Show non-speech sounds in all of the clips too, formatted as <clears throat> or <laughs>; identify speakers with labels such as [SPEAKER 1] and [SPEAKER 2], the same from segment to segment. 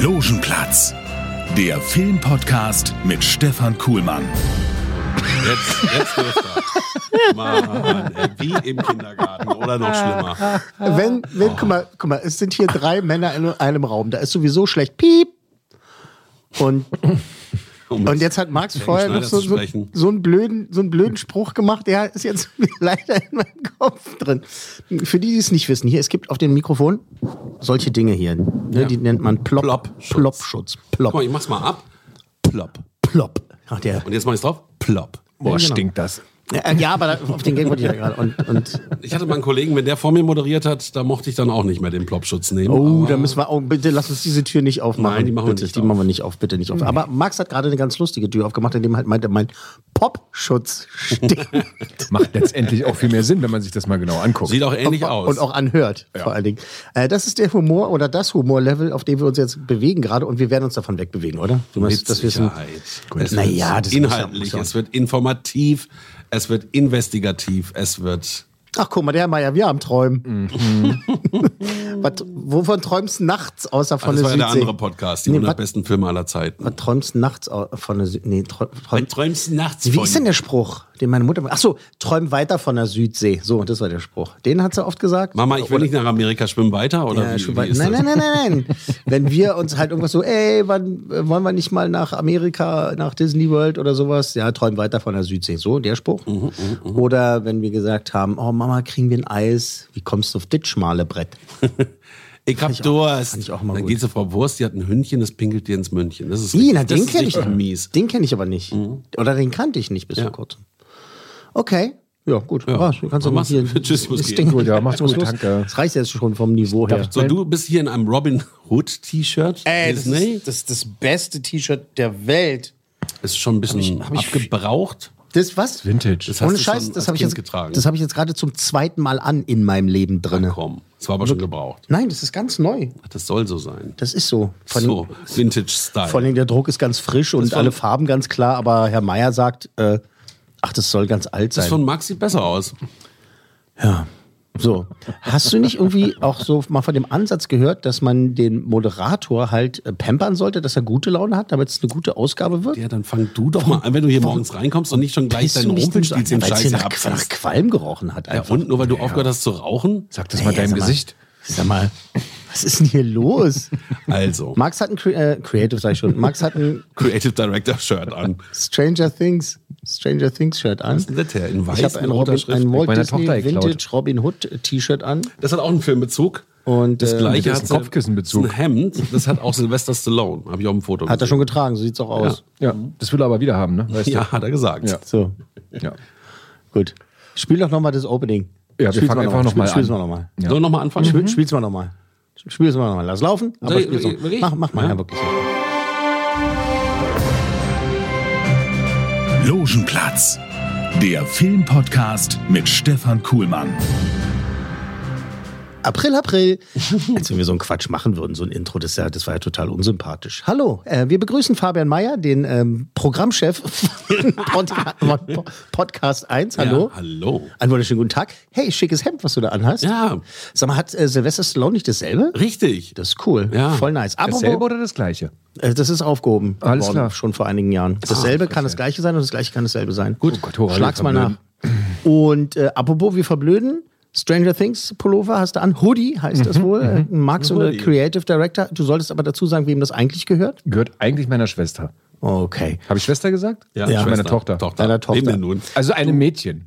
[SPEAKER 1] Logenplatz, der Filmpodcast mit Stefan Kuhlmann.
[SPEAKER 2] Jetzt, jetzt dürft ihr. Mann, ey, wie im Kindergarten oder noch schlimmer.
[SPEAKER 3] Wenn, wenn, guck mal, guck mal, es sind hier drei Männer in einem Raum. Da ist sowieso schlecht. Piep! Und,
[SPEAKER 2] Um
[SPEAKER 3] und jetzt hat Max vorher noch so, so,
[SPEAKER 2] Schneider zu sprechen.
[SPEAKER 3] so, einen blöden, so einen blöden Spruch gemacht, der ist jetzt <laughs> leider in meinem Kopf drin. Für die, die es nicht wissen, hier, es gibt auf dem Mikrofon solche Dinge hier. Ne, Die nennt man Plop,
[SPEAKER 2] Plop-Schutz.
[SPEAKER 3] Plop-Schutz. Plop.
[SPEAKER 2] Guck mal, ich mach's mal ab. Plopp.
[SPEAKER 3] Plop. Ach, der.
[SPEAKER 2] Und jetzt mach ich's drauf. Plopp.
[SPEAKER 4] Boah, stinkt das.
[SPEAKER 3] Äh, Ja, aber da, auf den Gag wollte ich ja gerade. Und, und,
[SPEAKER 2] Ich hatte mal einen Kollegen, wenn der vor mir moderiert hat, da mochte ich dann auch nicht mehr den Ploppschutz nehmen.
[SPEAKER 3] Oh,
[SPEAKER 2] aber-
[SPEAKER 3] da müssen wir. Oh, bitte lass uns diese Tür nicht aufmachen.
[SPEAKER 2] Nein, die machen wir
[SPEAKER 3] bitte,
[SPEAKER 2] nicht
[SPEAKER 3] Die
[SPEAKER 2] auf. Mhm.
[SPEAKER 3] machen wir nicht auf, bitte nicht auf. Aber Max hat gerade eine ganz lustige Tür aufgemacht, indem er halt meinte, mein Popschutz
[SPEAKER 2] <laughs>
[SPEAKER 3] steht
[SPEAKER 4] Macht letztendlich auch viel mehr Sinn, wenn man sich das mal genau anguckt.
[SPEAKER 2] Sieht auch ähnlich aus.
[SPEAKER 3] <laughs> und auch anhört, vor allen Dingen. Äh, das ist der Humor oder das Humorlevel, auf dem wir uns jetzt bewegen gerade und wir werden uns davon wegbewegen, oder? Du
[SPEAKER 2] Mit
[SPEAKER 3] weißt, dass wir es ein-
[SPEAKER 2] Sicherheit.
[SPEAKER 3] Gut.
[SPEAKER 2] Es
[SPEAKER 3] Naja,
[SPEAKER 2] wird
[SPEAKER 3] das muss ja- muss
[SPEAKER 2] inhaltlich,
[SPEAKER 3] ja auch-
[SPEAKER 2] es wird informativ, es wird investigativ, es wird
[SPEAKER 3] Ach, guck mal, der Herr Meier, wir haben Träumen.
[SPEAKER 2] Mhm.
[SPEAKER 3] <laughs> Was, wovon träumst du nachts außer
[SPEAKER 2] Ah,
[SPEAKER 3] von
[SPEAKER 2] das
[SPEAKER 3] der
[SPEAKER 2] war ja der
[SPEAKER 3] Südsee?
[SPEAKER 2] andere Podcast, die
[SPEAKER 3] Nee,
[SPEAKER 2] 100
[SPEAKER 3] wat-
[SPEAKER 2] besten Filme aller Zeiten.
[SPEAKER 3] Was träumst du nachts au- von der Südsee? Nee, träum, träum,
[SPEAKER 2] träumst du nachts
[SPEAKER 3] Wie
[SPEAKER 2] von?
[SPEAKER 3] ist denn der Spruch, den meine Mutter. Ach so, träum weiter von der Südsee. So, das war der Spruch. Den hat sie oft gesagt.
[SPEAKER 2] Mama, ich will nicht nach Amerika schwimmen weiter oder
[SPEAKER 3] Ja,
[SPEAKER 2] wie,
[SPEAKER 3] schon
[SPEAKER 2] wie
[SPEAKER 3] wei-
[SPEAKER 2] ist
[SPEAKER 3] nein,
[SPEAKER 2] das?
[SPEAKER 3] nein, nein, nein, nein. Wenn wir uns halt irgendwas so, ey, wann äh, wollen wir nicht mal nach Amerika, nach Disney World oder sowas? Ja, träum weiter von der Südsee. So, der Spruch.
[SPEAKER 2] Mhm,
[SPEAKER 3] oder wenn wir gesagt haben, oh Mama, kriegen wir ein Eis? Wie kommst du auf das schmale Brett?
[SPEAKER 2] Ich hab Durst.
[SPEAKER 3] fand ich auch mal
[SPEAKER 2] dann
[SPEAKER 3] gut.
[SPEAKER 2] geht zu Frau Wurst, die hat ein Hündchen, das pinkelt dir ins Mündchen. Das ist,
[SPEAKER 3] I,
[SPEAKER 2] richtig-
[SPEAKER 3] na,
[SPEAKER 2] das
[SPEAKER 3] den
[SPEAKER 2] ist
[SPEAKER 3] kenne ich
[SPEAKER 2] richtig mies. Mhm.
[SPEAKER 3] Den kenne ich aber nicht. Oder den kannte ich nicht bis vor kurzem. Okay. Ja, gut.
[SPEAKER 2] Ja.
[SPEAKER 3] War's. Du kannst
[SPEAKER 2] Dann
[SPEAKER 3] aber
[SPEAKER 2] mach's.
[SPEAKER 3] hier.
[SPEAKER 2] <laughs> Tschüss, muss
[SPEAKER 3] das
[SPEAKER 2] gehen.
[SPEAKER 3] Ding- <laughs>
[SPEAKER 4] Gut, ja, macht's gut,
[SPEAKER 3] Schluss.
[SPEAKER 4] danke.
[SPEAKER 3] Das reicht jetzt schon vom Niveau her.
[SPEAKER 2] So, du bist hier in einem Robin Hood T-Shirt.
[SPEAKER 5] Ey, das
[SPEAKER 2] Disney.
[SPEAKER 5] ist, das ist das beste T-Shirt der Welt.
[SPEAKER 2] ist schon ein bisschen abgebraucht.
[SPEAKER 3] Das was?
[SPEAKER 4] Vintage.
[SPEAKER 2] Das hast
[SPEAKER 3] Ohne
[SPEAKER 2] du
[SPEAKER 3] Scheiß,
[SPEAKER 2] schon
[SPEAKER 3] das
[SPEAKER 2] als
[SPEAKER 3] habe ich,
[SPEAKER 2] Kind
[SPEAKER 3] jetzt-
[SPEAKER 2] getragen.
[SPEAKER 3] das hab ich jetzt gerade zum zweiten Mal an in meinem Leben drin.
[SPEAKER 2] Komm, das war aber schon gebraucht.
[SPEAKER 3] Nein, das ist ganz neu.
[SPEAKER 2] Das soll so sein.
[SPEAKER 3] Das ist so. Vor
[SPEAKER 2] so,
[SPEAKER 3] allem-
[SPEAKER 2] Vintage-Style.
[SPEAKER 3] Vor allem der Druck ist ganz frisch und
[SPEAKER 2] von-
[SPEAKER 3] alle Farben ganz klar, aber Herr Meier sagt, äh, ach, das soll ganz alt
[SPEAKER 2] das
[SPEAKER 3] sein.
[SPEAKER 2] von Max sieht besser aus.
[SPEAKER 3] So, hast du nicht irgendwie auch so mal von dem Ansatz gehört, dass man den Moderator halt äh, pampern sollte, dass er gute Laune hat, damit es eine gute Ausgabe wird?
[SPEAKER 2] Ja, dann fang du doch mal an, wenn du hier morgens reinkommst und nicht schon gleich
[SPEAKER 3] Bist du
[SPEAKER 2] deinen
[SPEAKER 3] nicht
[SPEAKER 2] Rumpelstilzchen
[SPEAKER 3] denn- weil es hier
[SPEAKER 2] Scheiße
[SPEAKER 3] nach, nach
[SPEAKER 2] abfasst.
[SPEAKER 3] Qualm gerochen hat.
[SPEAKER 2] Ja,
[SPEAKER 3] Einfach.
[SPEAKER 2] und nur weil du aufgehört hast zu rauchen?
[SPEAKER 4] Sag das mal
[SPEAKER 3] Ey,
[SPEAKER 4] deinem
[SPEAKER 3] sag
[SPEAKER 4] Gesicht.
[SPEAKER 3] Sag mal, was ist denn hier los?
[SPEAKER 2] Also,
[SPEAKER 3] Max hat ein Cre äh, Creative, sag ich schon. Max hat ein
[SPEAKER 2] Creative Director Shirt an.
[SPEAKER 3] Stranger Things, Stranger Things Shirt an.
[SPEAKER 2] Was ist das her? In weiß
[SPEAKER 3] Ich habe ein,
[SPEAKER 2] mit roter
[SPEAKER 3] Robin,
[SPEAKER 2] Schrift.
[SPEAKER 3] ein Walt
[SPEAKER 4] meiner
[SPEAKER 3] Disney
[SPEAKER 4] Tochter geklaut.
[SPEAKER 3] Vintage Robin Hood T-Shirt an.
[SPEAKER 2] Das hat auch einen Filmbezug.
[SPEAKER 3] Und,
[SPEAKER 2] das
[SPEAKER 3] äh,
[SPEAKER 2] gleiche
[SPEAKER 4] das
[SPEAKER 2] hat
[SPEAKER 4] ist ein Kopfkissenbezug.
[SPEAKER 2] Ein Hemd, das hat auch Sylvester Stallone. Habe ich auch ein Foto
[SPEAKER 3] Hat er
[SPEAKER 2] gesehen.
[SPEAKER 3] schon getragen, so sieht's auch aus.
[SPEAKER 4] Ja, Mhm. das will er aber wieder haben, ne? Weißt
[SPEAKER 2] Ja, hat er gesagt.
[SPEAKER 4] Ja.
[SPEAKER 3] So,
[SPEAKER 4] du? Ja.
[SPEAKER 3] gut. Spiel doch nochmal das Opening.
[SPEAKER 4] Ja, wir
[SPEAKER 3] Spiel's
[SPEAKER 4] fangen einfach noch
[SPEAKER 3] Spiel-
[SPEAKER 4] mal
[SPEAKER 3] Spiel's
[SPEAKER 4] an.
[SPEAKER 3] mal nochmal.
[SPEAKER 2] Sollen wir nochmal anfangen?
[SPEAKER 3] Spiel, Spiel's mal nochmal. Spiel's mal nochmal. Lass laufen, aber
[SPEAKER 2] Mhm. Soll ich-
[SPEAKER 3] spiel's noch.
[SPEAKER 2] wirklich?
[SPEAKER 3] Mach, mach mal,
[SPEAKER 2] Ja.
[SPEAKER 3] ja, wirklich.
[SPEAKER 1] Logenplatz, der Filmpodcast mit Stefan Kuhlmann.
[SPEAKER 3] April, April. Als wenn wir so einen Quatsch machen würden, so ein Intro, das, ist ja, das war ja total unsympathisch. Hallo, äh, wir begrüßen Fabian Mayer, den ähm, Programmchef von Podca von Podcast 1. Hallo.
[SPEAKER 2] Ja, hallo.
[SPEAKER 3] Einen wunderschönen guten Tag. Hey, schickes Hemd, was du da anhast.
[SPEAKER 2] Ja,
[SPEAKER 3] Sag mal, hat äh, Sylvester Stallone nicht dasselbe?
[SPEAKER 2] richtig.
[SPEAKER 3] Das ist cool.
[SPEAKER 2] Ja.
[SPEAKER 3] Voll nice. Apropos-
[SPEAKER 4] Dasselbe oder das gleiche?
[SPEAKER 3] Äh, das ist aufgehoben.
[SPEAKER 4] Alles
[SPEAKER 3] worden,
[SPEAKER 4] klar.
[SPEAKER 3] Schon vor einigen Jahren. Dasselbe kann das Gleiche sein und das Gleiche kann dasselbe sein. Ah, Gut.
[SPEAKER 4] Oh Gott, Hora,
[SPEAKER 3] Schlag's
[SPEAKER 4] wir
[SPEAKER 3] mal nach. Und äh, apropos, wir verblöden. Stranger Things Pullover hast du an. Hoodie heißt das wohl. Äh, Max oder Creative Director. Du solltest aber dazu sagen, wem das eigentlich gehört.
[SPEAKER 4] Gehört eigentlich meiner Schwester.
[SPEAKER 3] Okay.
[SPEAKER 4] Habe ich Schwester gesagt?
[SPEAKER 2] Schwester.
[SPEAKER 4] Meine Tochter.
[SPEAKER 2] Tochter.
[SPEAKER 3] Deiner Tochter.
[SPEAKER 2] Wem denn nun?
[SPEAKER 4] Also einem Mädchen.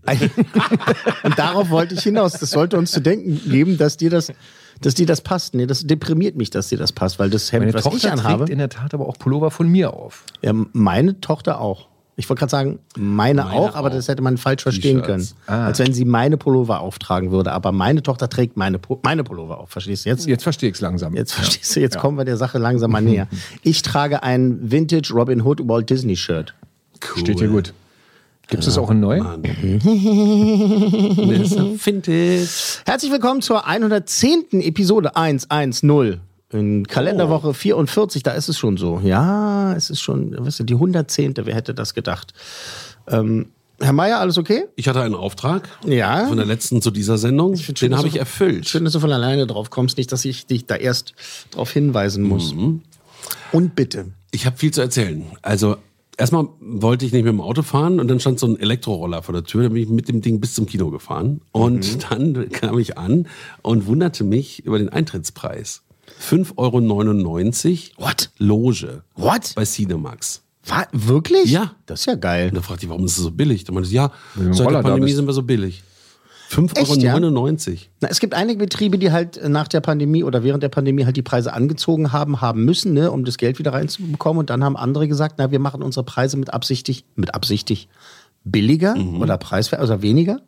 [SPEAKER 3] Und darauf wollte ich hinaus. Das sollte uns zu denken geben, dass dir das, dass dir das passt. Nee, das deprimiert mich, dass dir das passt, weil das Hemd,
[SPEAKER 4] Meine
[SPEAKER 3] was
[SPEAKER 4] Tochter
[SPEAKER 3] ich
[SPEAKER 4] trägt
[SPEAKER 3] anhabe,
[SPEAKER 4] in der Tat aber auch Pullover von mir auf.
[SPEAKER 3] ja, meine Tochter auch. Ich wollte gerade sagen, meine,
[SPEAKER 2] Meine
[SPEAKER 3] auch, aber
[SPEAKER 2] auch.
[SPEAKER 3] das hätte man falsch verstehen können.
[SPEAKER 4] T-Shirts. Ah.
[SPEAKER 3] Als wenn sie meine Pullover auftragen würde. Aber meine Tochter trägt meine, Po- meine Pullover auf. Verstehst du jetzt?
[SPEAKER 4] Jetzt verstehe ich es langsam.
[SPEAKER 3] Jetzt verstehst du, jetzt kommen wir der Sache langsam mal näher. Ich trage ein Vintage Robin Hood Walt Disney Shirt.
[SPEAKER 2] Cool.
[SPEAKER 4] Steht hier gut. Gibt es auch ein neu?
[SPEAKER 2] Vintage.
[SPEAKER 3] Herzlich willkommen zur 110. Episode 110. In Kalenderwoche 44, da ist es schon so. Ja, es ist schon, weißt du, die 110. Wer hätte das gedacht? Ähm, Herr Meier, alles okay?
[SPEAKER 2] Ich hatte einen Auftrag
[SPEAKER 3] Ja.
[SPEAKER 2] von der letzten zu dieser Sendung.
[SPEAKER 3] find schön,
[SPEAKER 2] Den
[SPEAKER 3] dass
[SPEAKER 2] habe
[SPEAKER 3] du-
[SPEAKER 2] ich erfüllt.
[SPEAKER 3] Schön, dass du von alleine drauf kommst, nicht, dass ich dich da erst drauf hinweisen muss. Und bitte.
[SPEAKER 2] Ich habe viel zu erzählen. Also erstmal wollte ich nicht mit dem Auto fahren und dann stand so ein Elektroroller vor der Tür. Dann bin ich mit dem Ding bis zum Kino gefahren
[SPEAKER 3] Mhm.
[SPEAKER 2] und dann <laughs> kam ich an und wunderte mich über den Eintrittspreis. 5,99 Euro
[SPEAKER 3] What?
[SPEAKER 2] Loge
[SPEAKER 3] What?
[SPEAKER 2] bei Cinemax.
[SPEAKER 3] Wa- wirklich?
[SPEAKER 2] Ja.
[SPEAKER 3] Das ist ja geil.
[SPEAKER 2] Und da fragte ich, warum ist es so billig? Da meinte sie, ja,
[SPEAKER 4] du mit dem
[SPEAKER 2] seit
[SPEAKER 4] Roller
[SPEAKER 2] der
[SPEAKER 4] da
[SPEAKER 2] Pandemie
[SPEAKER 4] bist.
[SPEAKER 2] sind wir so billig.
[SPEAKER 3] Echt, ja?
[SPEAKER 2] 5,99 Euro.
[SPEAKER 3] Na, es gibt einige Betriebe, die halt nach der Pandemie oder während der Pandemie halt die Preise angezogen haben, haben müssen, ne, um das Geld wieder reinzubekommen. Und dann haben andere gesagt, na, wir machen unsere Preise mit absichtig, mit absichtig billiger oder preiswert, also weniger.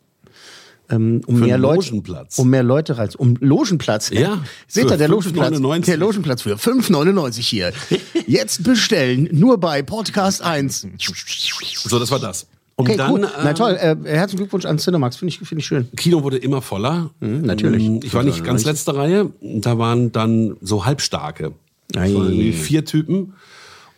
[SPEAKER 3] Ähm, um,
[SPEAKER 2] Mhm. Für
[SPEAKER 3] mehr
[SPEAKER 2] einen
[SPEAKER 3] Leute,
[SPEAKER 2] Logenplatz.
[SPEAKER 3] um mehr Leute rein. Um Logenplatz.
[SPEAKER 2] Ja,
[SPEAKER 3] Seht
[SPEAKER 2] für
[SPEAKER 3] ihr, der Logenplatz,
[SPEAKER 2] 5,99.
[SPEAKER 3] der Logenplatz für 5,99
[SPEAKER 2] <laughs>
[SPEAKER 3] hier. Jetzt bestellen, nur bei Podcast 1.
[SPEAKER 2] So, das war das. Und
[SPEAKER 3] Okay,
[SPEAKER 2] dann,
[SPEAKER 3] cool. Na
[SPEAKER 2] ähm,
[SPEAKER 3] toll, äh, herzlichen Glückwunsch an Cinemax, finde ich, finde ich schön.
[SPEAKER 2] Kino wurde immer voller.
[SPEAKER 3] Mhm, natürlich.
[SPEAKER 2] Mm, Ich war nicht ganz letzte Reihe. Da waren dann so halbstarke. Das waren irgendwie vier Typen.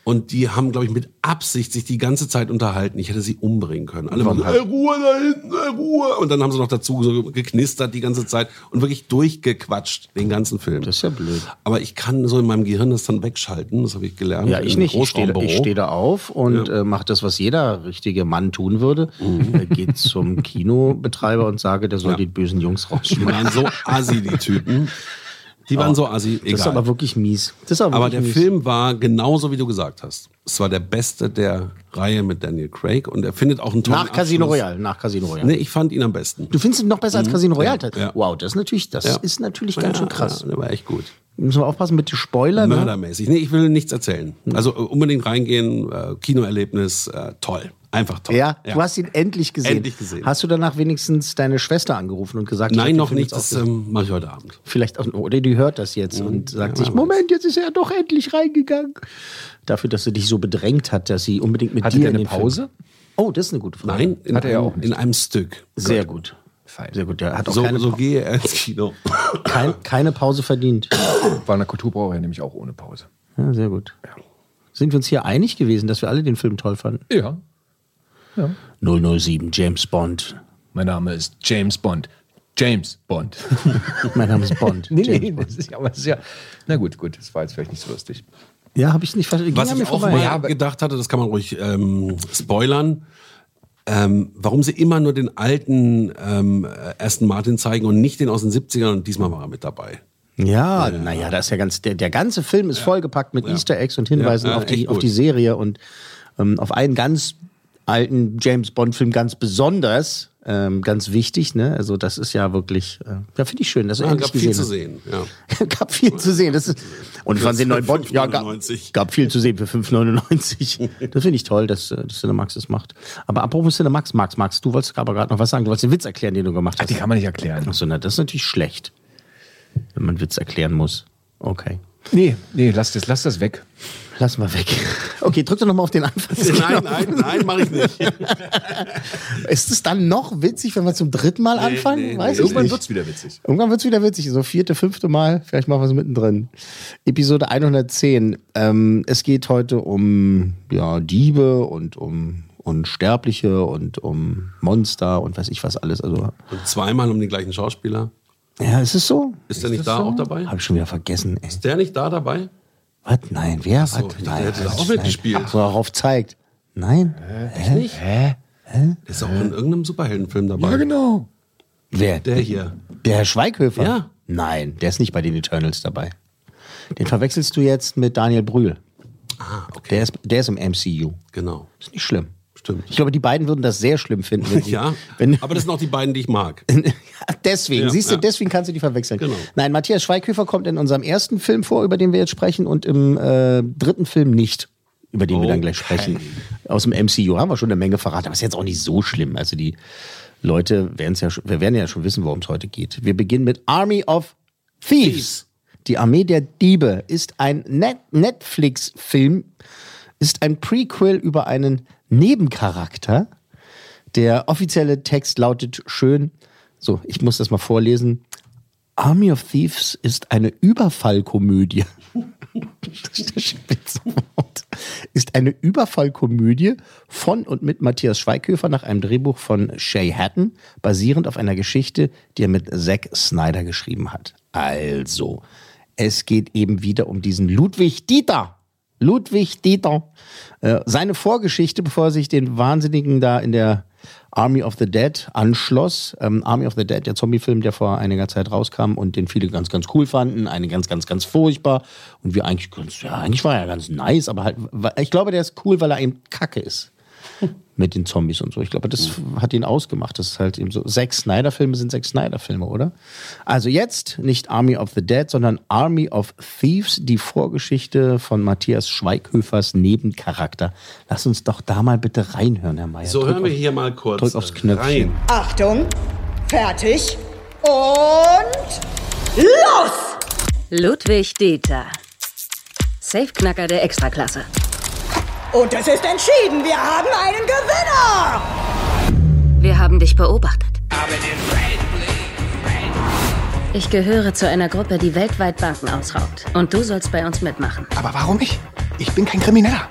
[SPEAKER 2] Und die haben, glaube ich, mit Absicht sich die ganze Zeit unterhalten. Ich hätte sie umbringen können. Alle waren, ey, Ruhe da hinten, ey, Ruhe. Und dann haben sie noch dazu so geknistert die ganze Zeit und wirklich durchgequatscht, den ganzen Film.
[SPEAKER 3] Das ist ja blöd.
[SPEAKER 2] Aber ich kann so in meinem Gehirn das dann wegschalten. Das habe ich gelernt.
[SPEAKER 3] Ja, ich
[SPEAKER 2] im
[SPEAKER 3] nicht. Ich stehe,
[SPEAKER 2] Großraumbüro.
[SPEAKER 3] ich stehe da auf und äh, mache das, was jeder richtige Mann tun würde. Äh, Geht <laughs> zum Kinobetreiber und sage, der soll die bösen Jungs
[SPEAKER 2] Die
[SPEAKER 3] rausschmeißen.
[SPEAKER 2] waren so assi, die Typen. Die waren so assi. Egal.
[SPEAKER 3] <laughs> Das ist aber wirklich mies. Das ist aber,
[SPEAKER 2] Aber der
[SPEAKER 3] wirklich mies.
[SPEAKER 2] Film war genauso, wie du gesagt hast. Es war der beste der Reihe mit Daniel Craig und er findet auch einen tollen
[SPEAKER 3] Nach Casino
[SPEAKER 2] Abschluss.
[SPEAKER 3] Royale. Nach Casino Royale. Mhm.
[SPEAKER 2] Nee, ich fand ihn am besten.
[SPEAKER 3] Du findest ihn noch besser als Casino Royale.
[SPEAKER 2] Ja.
[SPEAKER 3] Wow, das ist natürlich, das
[SPEAKER 2] Ja.
[SPEAKER 3] ist natürlich
[SPEAKER 2] Ja,
[SPEAKER 3] ganz schön krass.
[SPEAKER 2] Ja, der war echt gut.
[SPEAKER 3] Müssen wir aufpassen mit den Spoilern. Ne?
[SPEAKER 2] Mördermäßig. Nee, ich will nichts erzählen.
[SPEAKER 3] Hm.
[SPEAKER 2] Also äh, unbedingt reingehen, äh, Kinoerlebnis, äh, toll. Einfach toll.
[SPEAKER 3] Ja, du hast ihn endlich gesehen.
[SPEAKER 2] Endlich gesehen.
[SPEAKER 3] Hast du danach wenigstens deine Schwester angerufen und gesagt, ich hab
[SPEAKER 2] Nein,
[SPEAKER 3] den
[SPEAKER 2] noch
[SPEAKER 3] Film
[SPEAKER 2] nicht.
[SPEAKER 3] jetzt
[SPEAKER 2] Das
[SPEAKER 3] aufgesetzt?
[SPEAKER 2] ähm, mache ich heute Abend.
[SPEAKER 3] Vielleicht auch, oder die hört das jetzt und sagt sich, Moment, jetzt ist er doch endlich reingegangen. Dafür, dass sie dich so bedrängt hat, dass sie unbedingt mit
[SPEAKER 4] Hatte
[SPEAKER 3] dir
[SPEAKER 4] der
[SPEAKER 3] in
[SPEAKER 4] eine
[SPEAKER 3] den Film-
[SPEAKER 4] Pause?
[SPEAKER 3] Oh, das ist eine gute Frage.
[SPEAKER 2] Nein, in,
[SPEAKER 4] Hat er ja
[SPEAKER 2] einem,
[SPEAKER 4] auch nicht.
[SPEAKER 2] in einem Stück.
[SPEAKER 3] Sehr gut. Sehr gut. Der hat auch
[SPEAKER 2] So,
[SPEAKER 3] keine,
[SPEAKER 2] so
[SPEAKER 3] Pa-
[SPEAKER 2] gehe er ins Kino.
[SPEAKER 3] kein, keine Pause verdient.
[SPEAKER 4] War in der Kulturbrauerei nämlich auch ohne Pause.
[SPEAKER 3] Ja, sehr gut. Sind wir uns hier einig gewesen, dass wir alle den Film toll fanden?
[SPEAKER 4] Ja.
[SPEAKER 3] 007, James Bond.
[SPEAKER 4] Mein Name ist James Bond. <laughs> James Bond.
[SPEAKER 3] Mein Name ist Bond.
[SPEAKER 4] <laughs> nee,
[SPEAKER 3] James
[SPEAKER 4] nee,
[SPEAKER 3] Bond.
[SPEAKER 4] das ist ja, aber das ist ja. Na gut, gut, das war jetzt vielleicht nicht so lustig.
[SPEAKER 3] Ja, habe ich nicht verstanden.
[SPEAKER 2] Was
[SPEAKER 3] Ging an
[SPEAKER 2] ich
[SPEAKER 3] mir
[SPEAKER 2] auch
[SPEAKER 3] vorbei.
[SPEAKER 2] mal
[SPEAKER 3] Ja, aber-
[SPEAKER 2] gedacht hatte, das kann man ruhig ähm, spoilern, ähm, warum sie immer nur den alten ähm, äh, Aston Martin zeigen und nicht den aus den 70ern und diesmal war er mit dabei.
[SPEAKER 3] Ja, naja, das ist ja ganz, der, der ganze Film ist vollgepackt mit Easter Eggs und Hinweisen
[SPEAKER 2] Ja, ja,
[SPEAKER 3] auf, die,
[SPEAKER 2] echt
[SPEAKER 3] auf
[SPEAKER 2] gut.
[SPEAKER 3] die Serie und ähm, auf einen ganz alten James Bond-Film ganz besonders, ähm, ganz wichtig, ne? Also, das ist ja wirklich, äh, ja, finde ich schön, dass du
[SPEAKER 2] Es
[SPEAKER 3] endlich
[SPEAKER 2] Ah, gab viel
[SPEAKER 3] gesehen
[SPEAKER 2] zu
[SPEAKER 3] hast.
[SPEAKER 2] sehen. Ja.
[SPEAKER 3] <laughs> gab viel zu sehen. Das ist, und von den neuen Bond, ja, gab,
[SPEAKER 2] 5,99.
[SPEAKER 3] gab viel zu sehen
[SPEAKER 2] <laughs>
[SPEAKER 3] für 5,99. Das finde ich toll, dass, äh, dass Cinemax das macht. Aber apropos Cinemax, Max, Max, du wolltest aber gerade noch was sagen. Du wolltest den Witz erklären, den du gemacht hast.
[SPEAKER 4] Die kann man nicht erklären.
[SPEAKER 3] Achso, na, das ist natürlich schlecht, wenn man Witz erklären muss. Okay.
[SPEAKER 4] Nee, nee, lass das, lass das weg.
[SPEAKER 3] Lass mal weg. <laughs> Okay, drück doch nochmal auf den Anfang.
[SPEAKER 2] Nein, nein, nein, mache ich nicht.
[SPEAKER 3] Ist es dann noch witzig, wenn wir zum dritten Mal anfangen?
[SPEAKER 2] nee,
[SPEAKER 3] Weiß
[SPEAKER 2] nee.
[SPEAKER 3] ich nicht.
[SPEAKER 4] wird's wieder witzig.
[SPEAKER 3] Irgendwann wird es wieder witzig. So vierte, fünfte Mal. Vielleicht machen wir es mittendrin. Episode 110. Ähm, es geht heute um ja, Diebe und um Unsterbliche und um Monster und weiß ich was alles. Also,
[SPEAKER 2] <laughs> Und zweimal um den gleichen Schauspieler.
[SPEAKER 3] ja, ist es so?
[SPEAKER 2] Ist, der nicht da auch dabei?
[SPEAKER 3] Hab ich schon wieder vergessen. Ey.
[SPEAKER 2] Ist der nicht da dabei?
[SPEAKER 3] Was? Nein, wer? Was?
[SPEAKER 2] ich dachte,
[SPEAKER 3] Nein,
[SPEAKER 2] der hätte da
[SPEAKER 3] was?
[SPEAKER 2] auch mit
[SPEAKER 3] Nein.
[SPEAKER 2] gespielt.
[SPEAKER 3] So darauf zeigt. Nein. Hä? Hä?
[SPEAKER 2] Der ist auch in irgendeinem Superheldenfilm dabei.
[SPEAKER 4] Ja, genau.
[SPEAKER 3] Wer?
[SPEAKER 2] Der hier.
[SPEAKER 3] Der Herr Schweighöfer?
[SPEAKER 2] Ja.
[SPEAKER 3] Nein, der ist nicht bei den Eternals dabei. Den verwechselst du jetzt mit Daniel Brühl.
[SPEAKER 2] Ah, okay.
[SPEAKER 3] Der ist, der ist im MCU.
[SPEAKER 2] Genau.
[SPEAKER 3] Ist nicht schlimm. Ich
[SPEAKER 2] Stimmt.
[SPEAKER 3] glaube, die beiden würden das sehr schlimm finden.
[SPEAKER 2] <laughs>
[SPEAKER 3] Wenn sie,
[SPEAKER 2] Ja,
[SPEAKER 3] Wenn, <laughs>
[SPEAKER 2] aber das sind auch die beiden, die ich mag.
[SPEAKER 3] deswegen,
[SPEAKER 2] Ja,
[SPEAKER 3] siehst du,
[SPEAKER 2] ja.
[SPEAKER 3] deswegen kannst du die verwechseln.
[SPEAKER 2] Genau.
[SPEAKER 3] Nein, Matthias Schweighöfer kommt in unserem ersten Film vor, über den wir jetzt sprechen, und im äh, dritten Film nicht, über den wir dann gleich sprechen. aus dem MCU haben wir schon eine Menge verraten, aber ist jetzt auch nicht so schlimm. Also die Leute werden's ja, schon- wir werden ja schon wissen, worum es heute geht. Wir beginnen mit Army of Thieves. Die Armee der Diebe ist ein Net Netflix-Film, ist ein Prequel über einen Nebencharakter. Der offizielle Text lautet schön, so, ich muss das mal vorlesen. Army of Thieves ist eine Überfallkomödie. Das ist der Spitzenwort. ist eine Überfallkomödie von und mit Matthias Schweighöfer nach einem Drehbuch von Shay Hatton, basierend auf einer Geschichte, die er mit Zack Snyder geschrieben hat. Also, es geht eben wieder um diesen Ludwig Dieter. Ludwig Dieter. Äh, seine Vorgeschichte, bevor er sich den Wahnsinnigen da in der Army of the Dead anschloss. Ähm, Army of the Dead, der Zombie-Film, der vor einiger Zeit rauskam und den viele ganz, ganz cool fanden, eine ganz, ganz, ganz furchtbar. Und wir eigentlich, ganz, ja, eigentlich war er ganz nice, aber halt, wa- ich glaube, der ist cool, weil er eben kacke ist. Mit den Zombies und so. Ich glaube, das hat ihn ausgemacht. Das ist halt eben so. Zack Snyder-Filme sind Zack Snyder-Filme, oder? Also jetzt nicht Army of the Dead, sondern Army of Thieves, die Vorgeschichte von Matthias Schweighöfers Nebencharakter. Lass uns doch da mal bitte reinhören, Herr Mayer.
[SPEAKER 2] So,
[SPEAKER 3] Drück
[SPEAKER 2] hören wir
[SPEAKER 3] auf-
[SPEAKER 2] hier mal kurz.
[SPEAKER 3] drück aufs Knöpfchen.
[SPEAKER 2] Rein.
[SPEAKER 6] Achtung, fertig und los!
[SPEAKER 7] Ludwig Dieter. Safeknacker der Extraklasse.
[SPEAKER 6] Und es ist entschieden, wir haben einen Gewinner!
[SPEAKER 7] Wir haben dich beobachtet. Ich gehöre zu einer Gruppe, die weltweit Banken ausraubt. Und du sollst bei uns mitmachen.
[SPEAKER 8] Aber warum ich? Ich bin kein Krimineller.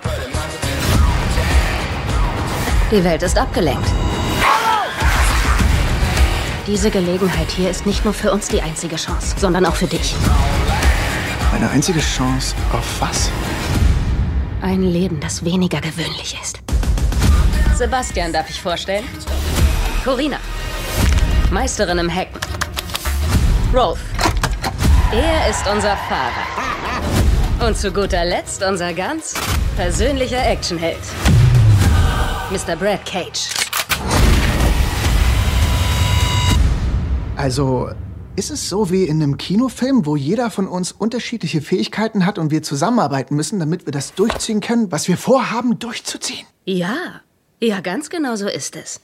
[SPEAKER 7] Die Welt ist abgelenkt. Diese Gelegenheit hier ist nicht nur für uns die einzige Chance, sondern auch für dich.
[SPEAKER 8] Meine einzige Chance auf was?
[SPEAKER 7] Ein Leben, das weniger gewöhnlich ist. Sebastian darf ich vorstellen. Corina. Meisterin im Hacken. Rolf. Er ist unser Fahrer. Und zu guter Letzt unser ganz persönlicher Actionheld. Mr. Brad Cage.
[SPEAKER 8] Also, ist es so wie in einem Kinofilm, wo jeder von uns unterschiedliche Fähigkeiten hat und wir zusammenarbeiten müssen, damit wir das durchziehen können, was wir vorhaben, durchzuziehen?
[SPEAKER 7] Ja, ja, ganz genau so ist es.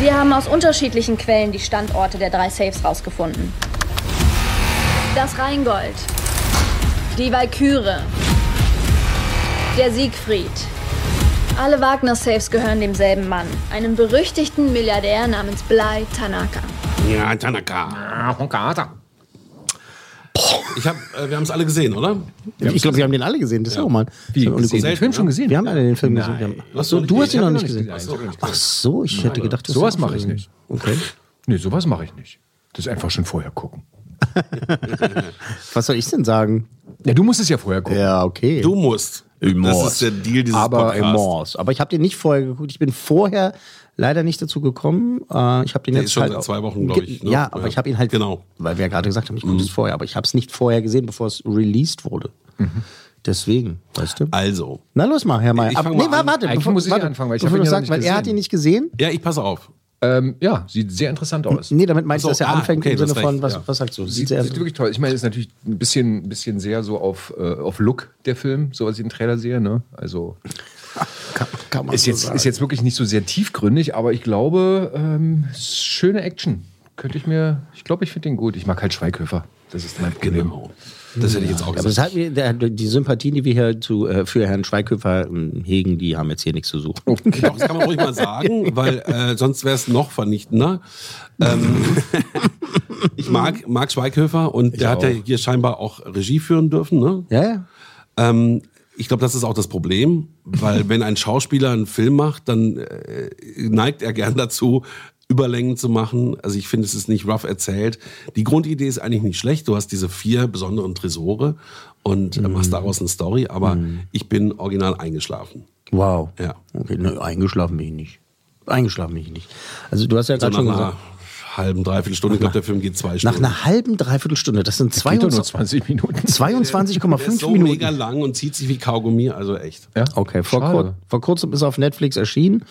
[SPEAKER 9] Wir haben aus unterschiedlichen Quellen die Standorte der drei Safes rausgefunden. Das Rheingold, die Walküre, der Siegfried. Alle Wagner-Safes gehören demselben Mann, einem berüchtigten Milliardär namens Blei Tanaka.
[SPEAKER 2] Ja, Tanaka. Ich hab, äh, wir haben es alle gesehen, oder?
[SPEAKER 3] Ich glaube, wir haben den alle gesehen. Das ist auch mal.
[SPEAKER 4] Wie,
[SPEAKER 3] Das ist
[SPEAKER 4] gesehen?
[SPEAKER 3] ja
[SPEAKER 4] Den Film schon gesehen?
[SPEAKER 3] Wir haben alle den Film gesehen. Wir haben- Ach so,
[SPEAKER 2] Nein.
[SPEAKER 3] du hast
[SPEAKER 2] Ich
[SPEAKER 3] ihn
[SPEAKER 2] hab
[SPEAKER 3] noch
[SPEAKER 2] ihn
[SPEAKER 3] nicht gesehen. Ach so, ich hätte gedacht, du hast ihn
[SPEAKER 4] Sowas
[SPEAKER 3] auch
[SPEAKER 4] mache ich
[SPEAKER 3] gesehen.
[SPEAKER 4] nicht.
[SPEAKER 3] Okay.
[SPEAKER 4] Nee, sowas mache ich nicht. Das ist einfach schon vorher gucken.
[SPEAKER 3] Was soll ich denn sagen?
[SPEAKER 4] Ja, du musst es ja vorher gucken.
[SPEAKER 3] Ja, okay.
[SPEAKER 2] Du musst. Das ist der Deal dieses
[SPEAKER 3] aber
[SPEAKER 2] Podcasts.
[SPEAKER 3] Mors. Aber ich habe den nicht vorher geguckt. Ich bin vorher leider nicht dazu gekommen. Äh, ich habe
[SPEAKER 2] Der
[SPEAKER 3] den jetzt
[SPEAKER 2] ist schon
[SPEAKER 3] halt
[SPEAKER 2] seit
[SPEAKER 3] auch-
[SPEAKER 2] zwei Wochen, glaub ich, ne?
[SPEAKER 3] Ja, aber
[SPEAKER 2] Ja.
[SPEAKER 3] ich habe ihn halt,
[SPEAKER 2] Genau. Mhm.
[SPEAKER 3] weil wir ja gerade gesagt haben, ich gucke es vorher, aber ich habe es nicht vorher gesehen, bevor es released wurde.
[SPEAKER 4] Mhm.
[SPEAKER 3] Deswegen, weißt du?
[SPEAKER 2] Also.
[SPEAKER 3] Na los mal, Herr May.
[SPEAKER 2] Ich
[SPEAKER 3] Aber
[SPEAKER 2] fang
[SPEAKER 3] nee,
[SPEAKER 2] mal an.
[SPEAKER 3] warte,
[SPEAKER 4] Eigentlich
[SPEAKER 3] bevor,
[SPEAKER 4] muss ich
[SPEAKER 3] warte,
[SPEAKER 4] anfangen, weil ich
[SPEAKER 3] bevor
[SPEAKER 4] hab
[SPEAKER 3] du
[SPEAKER 4] ihn ja
[SPEAKER 3] das
[SPEAKER 4] noch
[SPEAKER 3] sagst,
[SPEAKER 4] nicht
[SPEAKER 3] weil er hat
[SPEAKER 4] gesehen.
[SPEAKER 3] ihn nicht gesehen.
[SPEAKER 2] Ja, ich passe auf.
[SPEAKER 4] Ähm, ja, sieht sehr interessant aus.
[SPEAKER 3] Nee, damit meinst
[SPEAKER 2] Ach so,
[SPEAKER 3] du, dass er
[SPEAKER 2] ah,
[SPEAKER 3] anfängt
[SPEAKER 2] okay,
[SPEAKER 3] im
[SPEAKER 2] du
[SPEAKER 3] Sinne
[SPEAKER 2] hast
[SPEAKER 3] von,
[SPEAKER 2] recht,
[SPEAKER 3] was,
[SPEAKER 2] ja.
[SPEAKER 3] was sagst du?
[SPEAKER 4] Sieht,
[SPEAKER 3] er-
[SPEAKER 4] sieht wirklich toll. Ich meine, es ist natürlich ein bisschen, bisschen sehr so auf, äh, auf Look der Film, so was ich im Trailer sehe. Ne? Also
[SPEAKER 3] kann, kann man
[SPEAKER 4] ist
[SPEAKER 3] so
[SPEAKER 4] jetzt,
[SPEAKER 3] sagen.
[SPEAKER 4] ist jetzt wirklich nicht so sehr tiefgründig, aber ich glaube, ähm, es ist schöne Action. Könnte ich mir, ich glaube, ich finde den gut. Ich mag halt Schweighöfer. Das ist mein Problem.
[SPEAKER 2] Genau. Das hätte ich jetzt auch
[SPEAKER 3] Aber
[SPEAKER 2] gesagt.
[SPEAKER 3] das hat mir, der, die Sympathien, die wir hier zu, äh, für Herrn Schweighöfer ähm, hegen, die haben jetzt hier nichts zu suchen.
[SPEAKER 2] Doch,
[SPEAKER 4] <laughs>
[SPEAKER 2] das kann man ruhig mal sagen, weil äh, sonst wäre es noch vernichtender. Ähm, ich mag Marc Schweighöfer und der hat ja hier scheinbar auch Regie führen dürfen. Ne?
[SPEAKER 3] Ja, ja.
[SPEAKER 2] Ähm, ich glaube, das ist auch das Problem, weil wenn ein Schauspieler einen Film macht, dann äh, neigt er gern dazu, Überlängen zu machen. Also ich finde, es ist nicht rough erzählt. Die Grundidee ist eigentlich nicht schlecht. Du hast diese vier besonderen Tresore und äh, machst daraus eine Story, aber ich bin original eingeschlafen.
[SPEAKER 3] Wow.
[SPEAKER 2] Ja.
[SPEAKER 3] Okay, ne, eingeschlafen bin ich nicht. Eingeschlafen bin ich nicht. Also du hast ja gerade
[SPEAKER 2] Nach
[SPEAKER 3] schon
[SPEAKER 2] einer
[SPEAKER 3] gesagt,
[SPEAKER 2] halben, dreiviertel Stunde, ich glaube, der Film geht zwei
[SPEAKER 3] nach
[SPEAKER 2] Stunden.
[SPEAKER 3] einer halben, dreiviertel Stunde, das sind
[SPEAKER 4] Geht doch nur
[SPEAKER 3] 22
[SPEAKER 4] 20 Minuten.
[SPEAKER 3] 22,5
[SPEAKER 2] <laughs> der ist so
[SPEAKER 3] Minuten.
[SPEAKER 2] mega lang und zieht sich wie Kaugummi, also echt.
[SPEAKER 4] Ja?
[SPEAKER 3] Okay, vor,
[SPEAKER 4] Schade.
[SPEAKER 3] kur vor kurzem ist er auf Netflix erschienen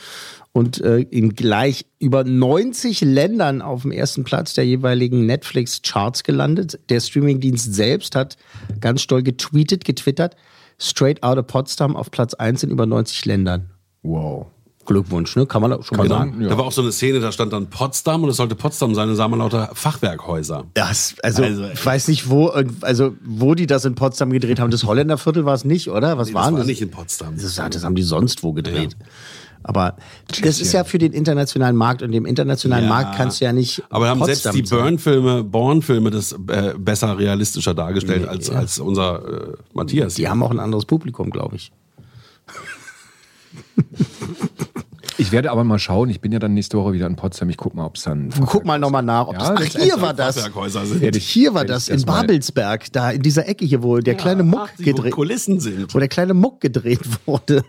[SPEAKER 3] und äh, in gleich über 90 Ländern auf dem ersten Platz der jeweiligen Netflix-Charts gelandet. Der Streamingdienst selbst hat ganz stolz getweetet, getwittert. Straight Outta Potsdam auf Platz 1 in über 90 Ländern.
[SPEAKER 4] Wow.
[SPEAKER 3] Glückwunsch, ne? Kann man schon mal
[SPEAKER 2] Genau.
[SPEAKER 3] sagen.
[SPEAKER 2] Da war auch so eine Szene, da stand dann Potsdam und es sollte Potsdam sein, da sah man lauter Fachwerkhäuser.
[SPEAKER 3] Das, also,
[SPEAKER 2] äh,
[SPEAKER 3] ich weiß nicht, wo, irgend- also, wo die das in Potsdam gedreht haben. Das Holländerviertel war es nicht, oder? Was
[SPEAKER 2] Nee, das
[SPEAKER 3] waren
[SPEAKER 2] war
[SPEAKER 3] das?
[SPEAKER 2] nicht in Potsdam.
[SPEAKER 3] Das, das haben die sonst wo gedreht. Aber das ist ja für den internationalen Markt und dem internationalen
[SPEAKER 2] Ja.
[SPEAKER 3] Markt kannst du ja nicht.
[SPEAKER 2] Aber haben
[SPEAKER 3] Potsdam
[SPEAKER 2] selbst die
[SPEAKER 3] zeigen.
[SPEAKER 2] Burn-Filme, Born-Filme das äh, besser realistischer dargestellt als,
[SPEAKER 3] ja.
[SPEAKER 2] als unser äh, Matthias.
[SPEAKER 3] Die haben auch ein anderes Publikum, glaube ich.
[SPEAKER 4] Ich werde aber mal schauen. Ich bin ja dann nächste Woche wieder in Potsdam. Ich gucke mal, ob es dann.
[SPEAKER 3] Guck mal nochmal nach, ob das.
[SPEAKER 4] Ja,
[SPEAKER 3] Ach,
[SPEAKER 4] das
[SPEAKER 3] hier war das.
[SPEAKER 2] Fachwerkhäuser sind.
[SPEAKER 4] Werde ich-
[SPEAKER 3] Hier war
[SPEAKER 4] werde ich
[SPEAKER 3] das
[SPEAKER 4] erst
[SPEAKER 3] in
[SPEAKER 4] mal-
[SPEAKER 3] Babelsberg, da in dieser Ecke hier, wo der kleine Muck
[SPEAKER 2] die, wo
[SPEAKER 3] gedreht
[SPEAKER 2] Kulissen sind.
[SPEAKER 3] wo der kleine Muck gedreht <laughs> wurde.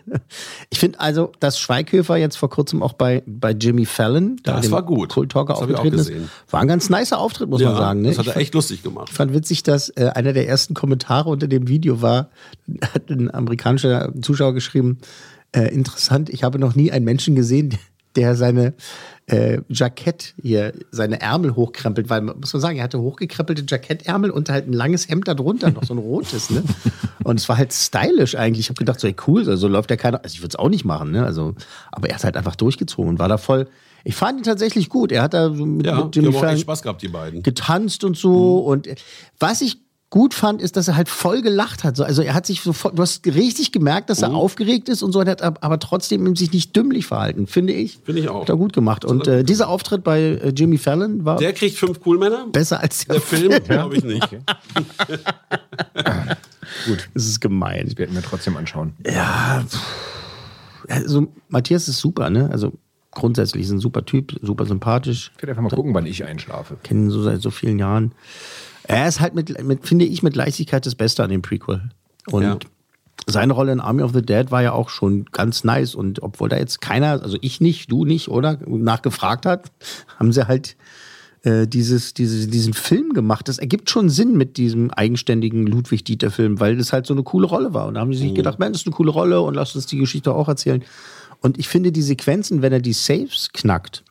[SPEAKER 3] Ich finde also, dass Schweighöfer jetzt vor kurzem auch bei, bei Jimmy Fallon, da
[SPEAKER 2] Das
[SPEAKER 3] dem
[SPEAKER 2] war gut.
[SPEAKER 3] Cool Talker
[SPEAKER 2] Das hab ich auch
[SPEAKER 3] aufgetreten ist,
[SPEAKER 2] gesehen.
[SPEAKER 3] war ein ganz nicer Auftritt, muss man sagen. Ne?
[SPEAKER 2] Das hat
[SPEAKER 3] ich
[SPEAKER 2] er echt lustig gemacht.
[SPEAKER 3] fand witzig, dass äh, einer der ersten Kommentare unter dem Video war, hat ein amerikanischer Zuschauer geschrieben, äh, interessant, ich habe noch nie einen Menschen gesehen, der seine äh, Jackett hier, seine Ärmel hochkrempelt, weil muss man sagen, er hatte hochgekrempelte Jackettärmel und halt ein langes Hemd darunter, noch so ein rotes, ne? Und es war halt stylisch eigentlich. Ich habe gedacht, so ey, cool, so, so läuft ja keiner. Also ich würde es auch nicht machen, ne? Also, aber er hat halt einfach durchgezogen und war da voll. Ich fand ihn tatsächlich gut. Er hat da so mit,
[SPEAKER 2] Ja,
[SPEAKER 3] mit
[SPEAKER 2] die
[SPEAKER 3] Jimmy
[SPEAKER 2] haben auch
[SPEAKER 3] Fallon
[SPEAKER 2] echt Spaß gehabt, die beiden.
[SPEAKER 3] getanzt und so. Und was ich gut fand, ist, dass er halt voll gelacht hat. So, Also er hat sich so voll, du hast richtig gemerkt, dass er aufgeregt ist und so, und er hat ab- aber trotzdem eben sich nicht dümmlich verhalten, finde ich.
[SPEAKER 2] Finde ich auch.
[SPEAKER 3] Hat er gut gemacht. Und äh, dieser Auftritt bei äh, Jimmy Fallon war
[SPEAKER 2] Der kriegt fünf Coolmänner.
[SPEAKER 3] besser als der,
[SPEAKER 2] Der
[SPEAKER 3] <laughs>
[SPEAKER 2] Film, glaube ich nicht.
[SPEAKER 3] Das ist gemein.
[SPEAKER 4] Ich werde mir trotzdem anschauen.
[SPEAKER 3] Also Matthias ist super, ne? Also grundsätzlich ist ein super Typ, super sympathisch.
[SPEAKER 4] Ich werde einfach mal gucken, wann ich einschlafe.
[SPEAKER 3] Kennen ihn so seit so vielen Jahren. Er ist halt mit, mit finde ich, mit Leichtigkeit das Beste an dem Prequel. Und
[SPEAKER 2] Ja.
[SPEAKER 3] seine Rolle in Army of the Dead war ja auch schon ganz nice. Und obwohl da jetzt keiner, also ich nicht, du nicht, oder nachgefragt hat, haben sie halt äh, dieses, diese, diesen Film gemacht. Das ergibt schon Sinn mit diesem eigenständigen Ludwig-Dieter-Film, weil das halt so eine coole Rolle war. Und da haben sie sich gedacht, Mensch, das ist eine coole Rolle und lass uns die Geschichte auch erzählen. Und ich finde die Sequenzen, wenn er die Saves knackt,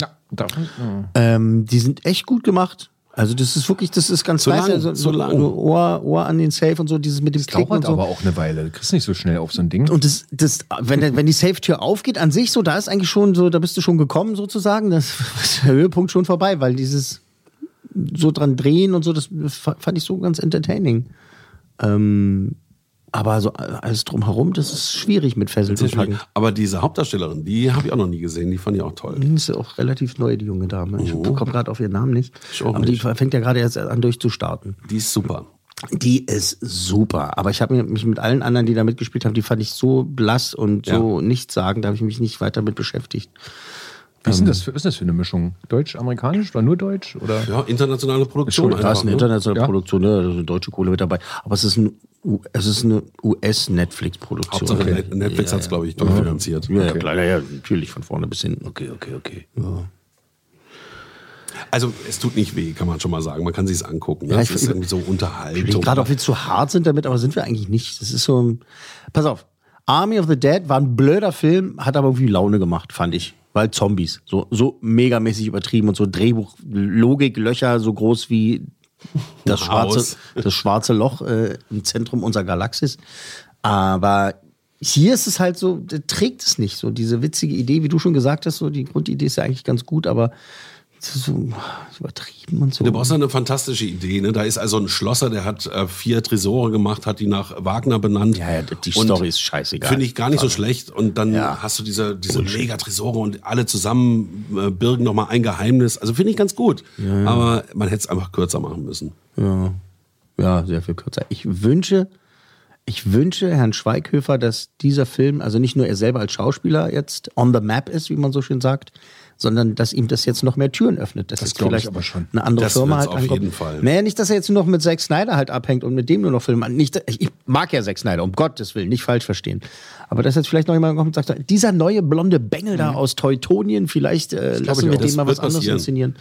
[SPEAKER 4] Ja, davon.
[SPEAKER 3] ähm, die sind echt gut gemacht. Also das ist wirklich, das ist ganz
[SPEAKER 2] So lang,
[SPEAKER 3] also,
[SPEAKER 2] so lang.
[SPEAKER 3] Ohr, Ohr an den Safe und so, dieses mit dem Klicken und
[SPEAKER 4] Dauert
[SPEAKER 3] so.
[SPEAKER 4] aber auch eine Weile. Du kriegst nicht so schnell auf so ein Ding.
[SPEAKER 3] Und das, das, wenn, der- wenn die Safe-Tür aufgeht, an sich so, da ist eigentlich schon so, da bist du schon gekommen sozusagen, das <laughs> ist der Höhepunkt schon vorbei, weil dieses so dran drehen und so, das fa- fand ich so ganz entertaining. Ähm, aber so alles drumherum, das ist schwierig mit Fesseln zu packen.
[SPEAKER 2] Aber diese Hauptdarstellerin, die habe ich auch noch nie gesehen. Die fand ich auch toll.
[SPEAKER 3] Die ist ja auch relativ neu, die junge Dame. Ich komme gerade auf ihren Namen nicht.
[SPEAKER 2] Ich auch
[SPEAKER 3] Aber die fängt ja gerade erst an durchzustarten.
[SPEAKER 2] Die ist super.
[SPEAKER 3] Die ist super. Aber ich habe mir- mich mit allen anderen, die da mitgespielt haben, die fand ich so blass und so nichtssagend, da habe ich mich nicht weiter mit beschäftigt.
[SPEAKER 4] Was ist denn das für, was ist das für eine Mischung? Deutsch-amerikanisch oder nur Deutsch? Oder?
[SPEAKER 2] Ja, internationale Produktion.
[SPEAKER 3] Da ist eine
[SPEAKER 2] ne?
[SPEAKER 3] internationale Produktion, ne? da sind deutsche Kohle mit dabei. Aber es ist, ein, U- es ist eine US-Netflix-Produktion.
[SPEAKER 2] Hauptsache Net- Netflix hat es, glaube ich, durchfinanziert.
[SPEAKER 3] Mhm. Ja, ja, klar, ja, ja, natürlich, von vorne bis hinten. Okay, okay, okay. Ja.
[SPEAKER 2] Also es tut nicht weh, kann man schon mal sagen. Man kann sich angucken. Ne?
[SPEAKER 3] Ja,
[SPEAKER 2] es
[SPEAKER 3] ich-
[SPEAKER 2] ist irgendwie so
[SPEAKER 3] Ich
[SPEAKER 2] Unterhaltung.
[SPEAKER 3] gerade, ob wir zu hart sind damit, aber sind wir eigentlich nicht. Das ist so ein. Pass auf. Army of the Dead war ein blöder Film, hat aber irgendwie Laune gemacht, fand ich. Weil Zombies. So, so megamäßig übertrieben und so Drehbuch-Logiklöcher so groß wie das
[SPEAKER 2] Ein
[SPEAKER 3] schwarze,
[SPEAKER 2] Haus.
[SPEAKER 3] das schwarze Loch äh, im Zentrum unserer Galaxis. Aber hier ist es halt so, da trägt es nicht so. Diese witzige Idee, wie du schon gesagt hast, so die Grundidee ist ja eigentlich ganz gut, aber es ist so übertrieben und so.
[SPEAKER 2] Du brauchst ja eine fantastische Idee. Ne? Da ist also ein Schlosser, der hat äh, vier Tresore gemacht, hat die nach Wagner benannt.
[SPEAKER 3] Ja, ja, die
[SPEAKER 2] Und
[SPEAKER 3] Story ist scheißegal.
[SPEAKER 2] Finde ich gar nicht so
[SPEAKER 3] Aber-
[SPEAKER 2] schlecht. Und dann
[SPEAKER 3] Ja.
[SPEAKER 2] hast du diese, diese Mega-Tresore und alle zusammen äh, birgen nochmal ein Geheimnis. Also finde ich ganz gut. Aber man hätte es einfach kürzer machen müssen.
[SPEAKER 3] Ja. ja, sehr viel kürzer. Ich wünsche, ich wünsche Herrn Schweighöfer, dass dieser Film, also nicht nur er selber als Schauspieler jetzt on the map ist, wie man so schön sagt, sondern dass ihm das jetzt noch mehr Türen öffnet. Dass
[SPEAKER 4] Das
[SPEAKER 3] jetzt
[SPEAKER 4] glaub ich
[SPEAKER 3] vielleicht
[SPEAKER 4] aber schon.
[SPEAKER 3] eine andere
[SPEAKER 2] Das
[SPEAKER 3] Firma
[SPEAKER 2] wird's
[SPEAKER 3] halt
[SPEAKER 2] auf
[SPEAKER 3] ankommt.
[SPEAKER 2] jeden Fall.
[SPEAKER 3] Naja, nicht, dass er jetzt nur noch mit Zack Snyder halt abhängt und mit dem nur noch Filme. Nicht, ich mag ja Zack Snyder, um Gottes Willen, nicht falsch verstehen. Aber dass jetzt vielleicht noch jemand kommt und sagt, dieser neue blonde Bengel da aus Teutonien, vielleicht äh, lassen
[SPEAKER 4] ich
[SPEAKER 3] wir den
[SPEAKER 4] auch.
[SPEAKER 2] Mhm. Das
[SPEAKER 3] mal was
[SPEAKER 2] wird
[SPEAKER 3] anderes
[SPEAKER 2] passieren.
[SPEAKER 3] inszenieren.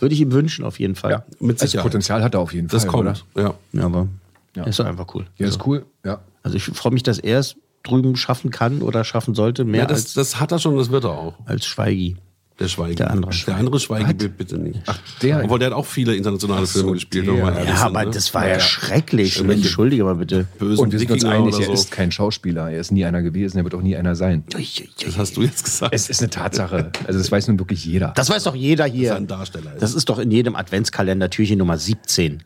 [SPEAKER 3] Würde ich ihm wünschen, auf jeden Fall.
[SPEAKER 2] Mit
[SPEAKER 4] Also
[SPEAKER 2] Sicherheit.
[SPEAKER 4] Potenzial hat er auf jeden Fall.
[SPEAKER 2] das kommt.
[SPEAKER 4] Oder?
[SPEAKER 2] Ja.
[SPEAKER 3] Ja, aber
[SPEAKER 4] Ja.
[SPEAKER 3] ist doch einfach cool.
[SPEAKER 4] Ja,
[SPEAKER 3] Also-
[SPEAKER 4] ist cool. Ja.
[SPEAKER 3] Also ich freue mich, dass er es drüben schaffen kann oder schaffen sollte, mehr
[SPEAKER 2] ja, das,
[SPEAKER 3] als,
[SPEAKER 2] das hat er schon, das wird er auch.
[SPEAKER 3] als Schweigi.
[SPEAKER 2] Der Schweige. Der andere, der andere Schweige bitte nicht. Ach,
[SPEAKER 4] der-
[SPEAKER 2] Obwohl, der hat auch viele internationale Filme gespielt. wenn man mal ehrlich
[SPEAKER 3] Ja,
[SPEAKER 2] ist,
[SPEAKER 3] aber
[SPEAKER 2] ne?
[SPEAKER 3] das war ja, schrecklich. Entschuldige mal bitte.
[SPEAKER 2] Bösen
[SPEAKER 4] Und wir sind uns
[SPEAKER 2] Wikinger
[SPEAKER 4] einig,
[SPEAKER 2] oder
[SPEAKER 4] er
[SPEAKER 2] so.
[SPEAKER 4] ist kein Schauspieler. Er ist nie einer gewesen. Er wird auch nie einer sein.
[SPEAKER 2] Das hast du jetzt gesagt.
[SPEAKER 4] Es ist eine Tatsache. Also das weiß nun wirklich jeder.
[SPEAKER 3] Das weiß doch jeder hier.
[SPEAKER 2] ein Darsteller ist.
[SPEAKER 3] Das ist doch in jedem Adventskalender Türchen Nummer 17.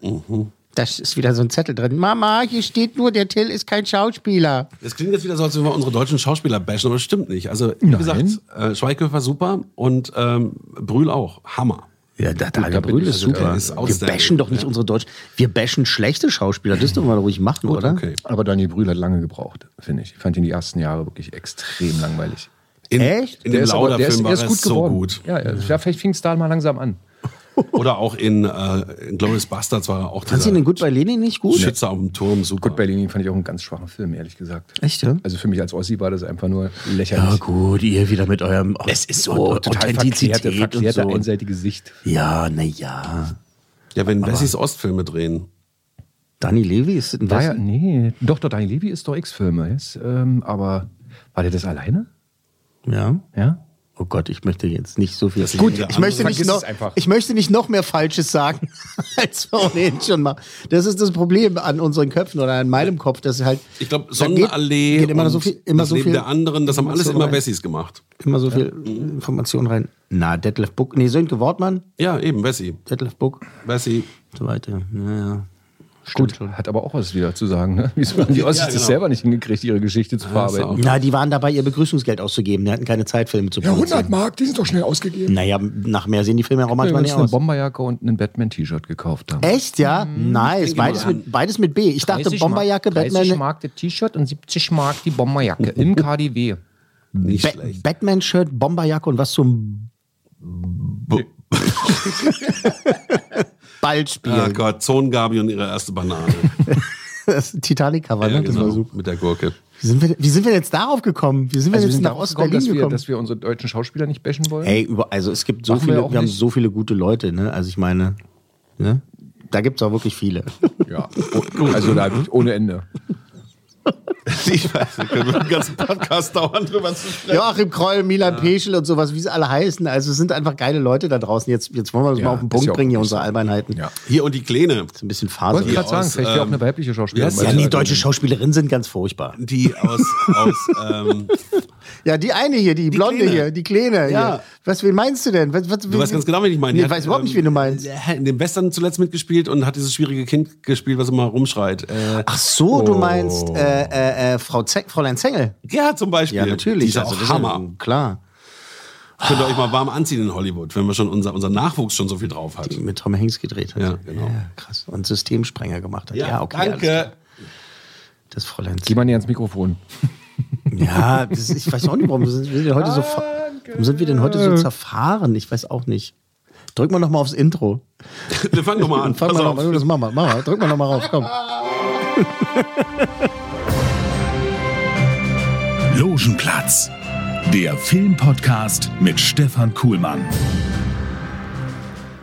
[SPEAKER 3] Da ist wieder so ein Zettel drin. Mama, hier steht nur, der Till ist kein Schauspieler.
[SPEAKER 2] Das klingt jetzt wieder so, als würden wir unsere deutschen Schauspieler bashen, aber das stimmt nicht. Also, wie gesagt, äh, Schweighöfer super und ähm, Brühl auch. Hammer.
[SPEAKER 3] Ja, da, da, der
[SPEAKER 4] bin
[SPEAKER 3] Brühl
[SPEAKER 4] ich-
[SPEAKER 3] ist
[SPEAKER 4] also
[SPEAKER 3] super.
[SPEAKER 2] der ist
[SPEAKER 3] wir
[SPEAKER 2] outstanding,
[SPEAKER 3] bashen doch nicht
[SPEAKER 2] ja.
[SPEAKER 3] unsere Deutschen. Wir bashen schlechte Schauspieler. Das dürfen wir doch ruhig machen, oder?
[SPEAKER 2] Okay.
[SPEAKER 4] Aber Daniel Brühl hat lange gebraucht, finde ich. Ich fand ihn die ersten Jahre wirklich extrem langweilig.
[SPEAKER 2] In,
[SPEAKER 3] Echt?
[SPEAKER 2] In dem Lauder-Film war er so
[SPEAKER 4] geworden.
[SPEAKER 2] gut.
[SPEAKER 4] Ja, ja, ja, vielleicht fing es da mal langsam an.
[SPEAKER 2] Oder auch in, äh, in Glorious Bastards war er auch
[SPEAKER 3] Fandst du ihn
[SPEAKER 2] dieser
[SPEAKER 3] denn gut bei Lenin nicht gut?
[SPEAKER 2] Schütze auf dem Turm. Super.
[SPEAKER 4] Gut, Berlin fand ich auch einen ganz schwachen Film, ehrlich gesagt.
[SPEAKER 3] Echt, ja?
[SPEAKER 4] Also für mich als Ossi war das einfach nur lächerlich.
[SPEAKER 3] Ja, gut, ihr wieder mit eurem. Es ist so Authentizität
[SPEAKER 4] verklärte, verklärte
[SPEAKER 3] und so.
[SPEAKER 4] einseitige Sicht.
[SPEAKER 3] Ja, naja.
[SPEAKER 2] ja, wenn Wessis Ostfilme drehen.
[SPEAKER 3] Danny Levy ist ein
[SPEAKER 4] War ja, nee, doch, doch, Daniel Levy ist doch X-Filme, yes, ähm, aber war der das alleine?
[SPEAKER 3] ja.
[SPEAKER 4] Ja?
[SPEAKER 3] Oh Gott, ich möchte jetzt nicht so viel.
[SPEAKER 2] Gut, ich möchte
[SPEAKER 4] nicht Vergiss noch- es einfach.
[SPEAKER 3] ich möchte nicht noch mehr Falsches sagen, <laughs> als wir ohnehin schon mal. Das ist das Problem an unseren Köpfen oder an meinem Kopf, dass halt.
[SPEAKER 2] Ich glaube,
[SPEAKER 3] da geht-
[SPEAKER 2] Sonnenallee
[SPEAKER 3] geht immer
[SPEAKER 2] und
[SPEAKER 3] so viel, immer
[SPEAKER 2] das
[SPEAKER 3] so
[SPEAKER 2] Leben
[SPEAKER 3] viel,
[SPEAKER 2] der anderen, das haben alles
[SPEAKER 3] Information
[SPEAKER 2] immer
[SPEAKER 3] rein.
[SPEAKER 2] Wessis gemacht.
[SPEAKER 3] Immer so viel Information rein. Na, Detlef Buck. Nee, Sönke Wortmann.
[SPEAKER 2] Ja, eben, Wessi.
[SPEAKER 3] Detlef Buck.
[SPEAKER 2] Wessi.
[SPEAKER 3] So weiter. Naja.
[SPEAKER 4] Gut, hat aber auch was wieder zu sagen, ne? <laughs> Wieso haben die Ossis das
[SPEAKER 2] genau.
[SPEAKER 4] selber nicht hingekriegt, ihre Geschichte zu verarbeiten?
[SPEAKER 3] Na, die waren dabei, ihr Begrüßungsgeld auszugeben. Die hatten keine Zeit, Filme zu produzieren.
[SPEAKER 8] 100 Mark, die sind doch schnell ausgegeben.
[SPEAKER 3] Naja, nach mehr sehen die Filme auch
[SPEAKER 4] Wir
[SPEAKER 3] manchmal
[SPEAKER 4] haben
[SPEAKER 3] nicht
[SPEAKER 4] uns eine
[SPEAKER 3] aus.
[SPEAKER 4] Bomberjacke und ein Batman-T-Shirt gekauft haben.
[SPEAKER 3] Echt, ja? Nice. Beides mit, beides mit B. Ich dachte, Bomberjacke, Batman,
[SPEAKER 4] Genau. Mark das T-Shirt und 70 Mark die Bomberjacke im KDW.
[SPEAKER 2] Nicht
[SPEAKER 3] Ba
[SPEAKER 2] schlecht.
[SPEAKER 3] Batman-Shirt, Bomberjacke und was zum
[SPEAKER 2] Bu-
[SPEAKER 3] <laughs> Ballspiel.
[SPEAKER 2] Ah Gott, Zonengabi und ihre erste <laughs> Banane.
[SPEAKER 3] Das Titanic-Cover, ne?
[SPEAKER 2] ja,
[SPEAKER 3] Das war
[SPEAKER 2] genau,
[SPEAKER 3] so.
[SPEAKER 2] mit der Gurke.
[SPEAKER 3] Wie sind, wir, wie sind wir jetzt darauf gekommen? Wie sind wir
[SPEAKER 4] Also wir
[SPEAKER 3] jetzt
[SPEAKER 4] sind
[SPEAKER 3] nach
[SPEAKER 4] darauf gekommen,
[SPEAKER 3] Ostberlin
[SPEAKER 4] dass wir,
[SPEAKER 3] gekommen?
[SPEAKER 4] dass wir unsere deutschen Schauspieler nicht bashen wollen.
[SPEAKER 3] Ey, über, also es gibt so
[SPEAKER 4] Machen wir
[SPEAKER 3] viele, wir,
[SPEAKER 4] auch
[SPEAKER 3] haben
[SPEAKER 4] nicht.
[SPEAKER 3] so viele gute Leute, ne? Also ich meine, ne? Da gibt's auch wirklich
[SPEAKER 4] <laughs>
[SPEAKER 3] viele.
[SPEAKER 4] Ja, also da ohne Ende.
[SPEAKER 2] Ich weiß, da können wir den ganzen Podcast dauern drüber zu sprechen.
[SPEAKER 3] Joachim Kroll, Milan Peschel und sowas, wie sie alle heißen. Also es sind einfach geile Leute da draußen. Jetzt, jetzt wollen wir das
[SPEAKER 4] Ja,
[SPEAKER 3] mal auf den
[SPEAKER 4] ist
[SPEAKER 3] Punkt
[SPEAKER 4] ja auch
[SPEAKER 3] bringen, hier
[SPEAKER 4] gut
[SPEAKER 3] unsere Albernheiten.
[SPEAKER 4] Ja.
[SPEAKER 2] Hier und die Kleine.
[SPEAKER 3] Ist ein bisschen
[SPEAKER 4] Wollte
[SPEAKER 3] Phase.
[SPEAKER 4] gerade sagen,
[SPEAKER 2] aus,
[SPEAKER 4] vielleicht wäre auch
[SPEAKER 2] ähm,
[SPEAKER 4] eine weibliche Schauspielerin.
[SPEAKER 2] yes,
[SPEAKER 4] mal
[SPEAKER 3] Ja,
[SPEAKER 4] dabei
[SPEAKER 3] die
[SPEAKER 4] gewesen.
[SPEAKER 3] deutsche Schauspielerinnen sind ganz furchtbar.
[SPEAKER 2] Die aus, aus ähm,
[SPEAKER 3] <laughs> Ja, die eine hier, die, Blonde
[SPEAKER 2] Kleine.
[SPEAKER 3] hier, die Kleine.
[SPEAKER 2] Ja.
[SPEAKER 3] Hier. Was, wen meinst du denn? Was, was,
[SPEAKER 2] Du weißt ganz genau, wen ich meine.
[SPEAKER 3] Nee,
[SPEAKER 2] Die
[SPEAKER 3] ich
[SPEAKER 2] hat,
[SPEAKER 3] weiß überhaupt
[SPEAKER 2] ähm,
[SPEAKER 3] nicht, wen du meinst.
[SPEAKER 2] In dem Western zuletzt mitgespielt und hat dieses schwierige Kind gespielt, was immer rumschreit. Äh,
[SPEAKER 3] Ach so, du meinst äh, äh, äh, Frau Ze Fräulein Zengel.
[SPEAKER 2] ja, zum Beispiel.
[SPEAKER 3] Ja,
[SPEAKER 2] Die
[SPEAKER 3] natürlich. Also,
[SPEAKER 2] ist auch
[SPEAKER 3] das ist
[SPEAKER 2] Hammer.
[SPEAKER 3] ja- klar.
[SPEAKER 2] Könnt ihr euch mal warm anziehen in Hollywood, wenn wir schon unser, unser Nachwuchs schon so viel drauf hat.
[SPEAKER 3] Mit Tom Hanks gedreht hat.
[SPEAKER 2] Ja, genau.
[SPEAKER 3] Ja, krass. Und Systemsprenger gemacht hat. Ja, okay. alles klar.
[SPEAKER 2] danke.
[SPEAKER 3] Das Fräulein
[SPEAKER 4] Geh
[SPEAKER 3] Zengel.
[SPEAKER 4] mal näher ans Mikrofon.
[SPEAKER 3] Ja, das, ist- ich weiß auch nicht, warum sind wir denn heute so, ver- warum sind wir denn heute so zerfahren? Ich weiß auch nicht. Drück mal noch mal aufs Intro.
[SPEAKER 2] Wir fangen doch mal an.
[SPEAKER 3] Fang
[SPEAKER 2] Pass
[SPEAKER 3] mal noch
[SPEAKER 2] auf.
[SPEAKER 3] mal, das mach mal, mach mal. Drück mal noch mal rauf, komm.
[SPEAKER 1] Logenplatz. Der Filmpodcast mit Stefan Kuhlmann.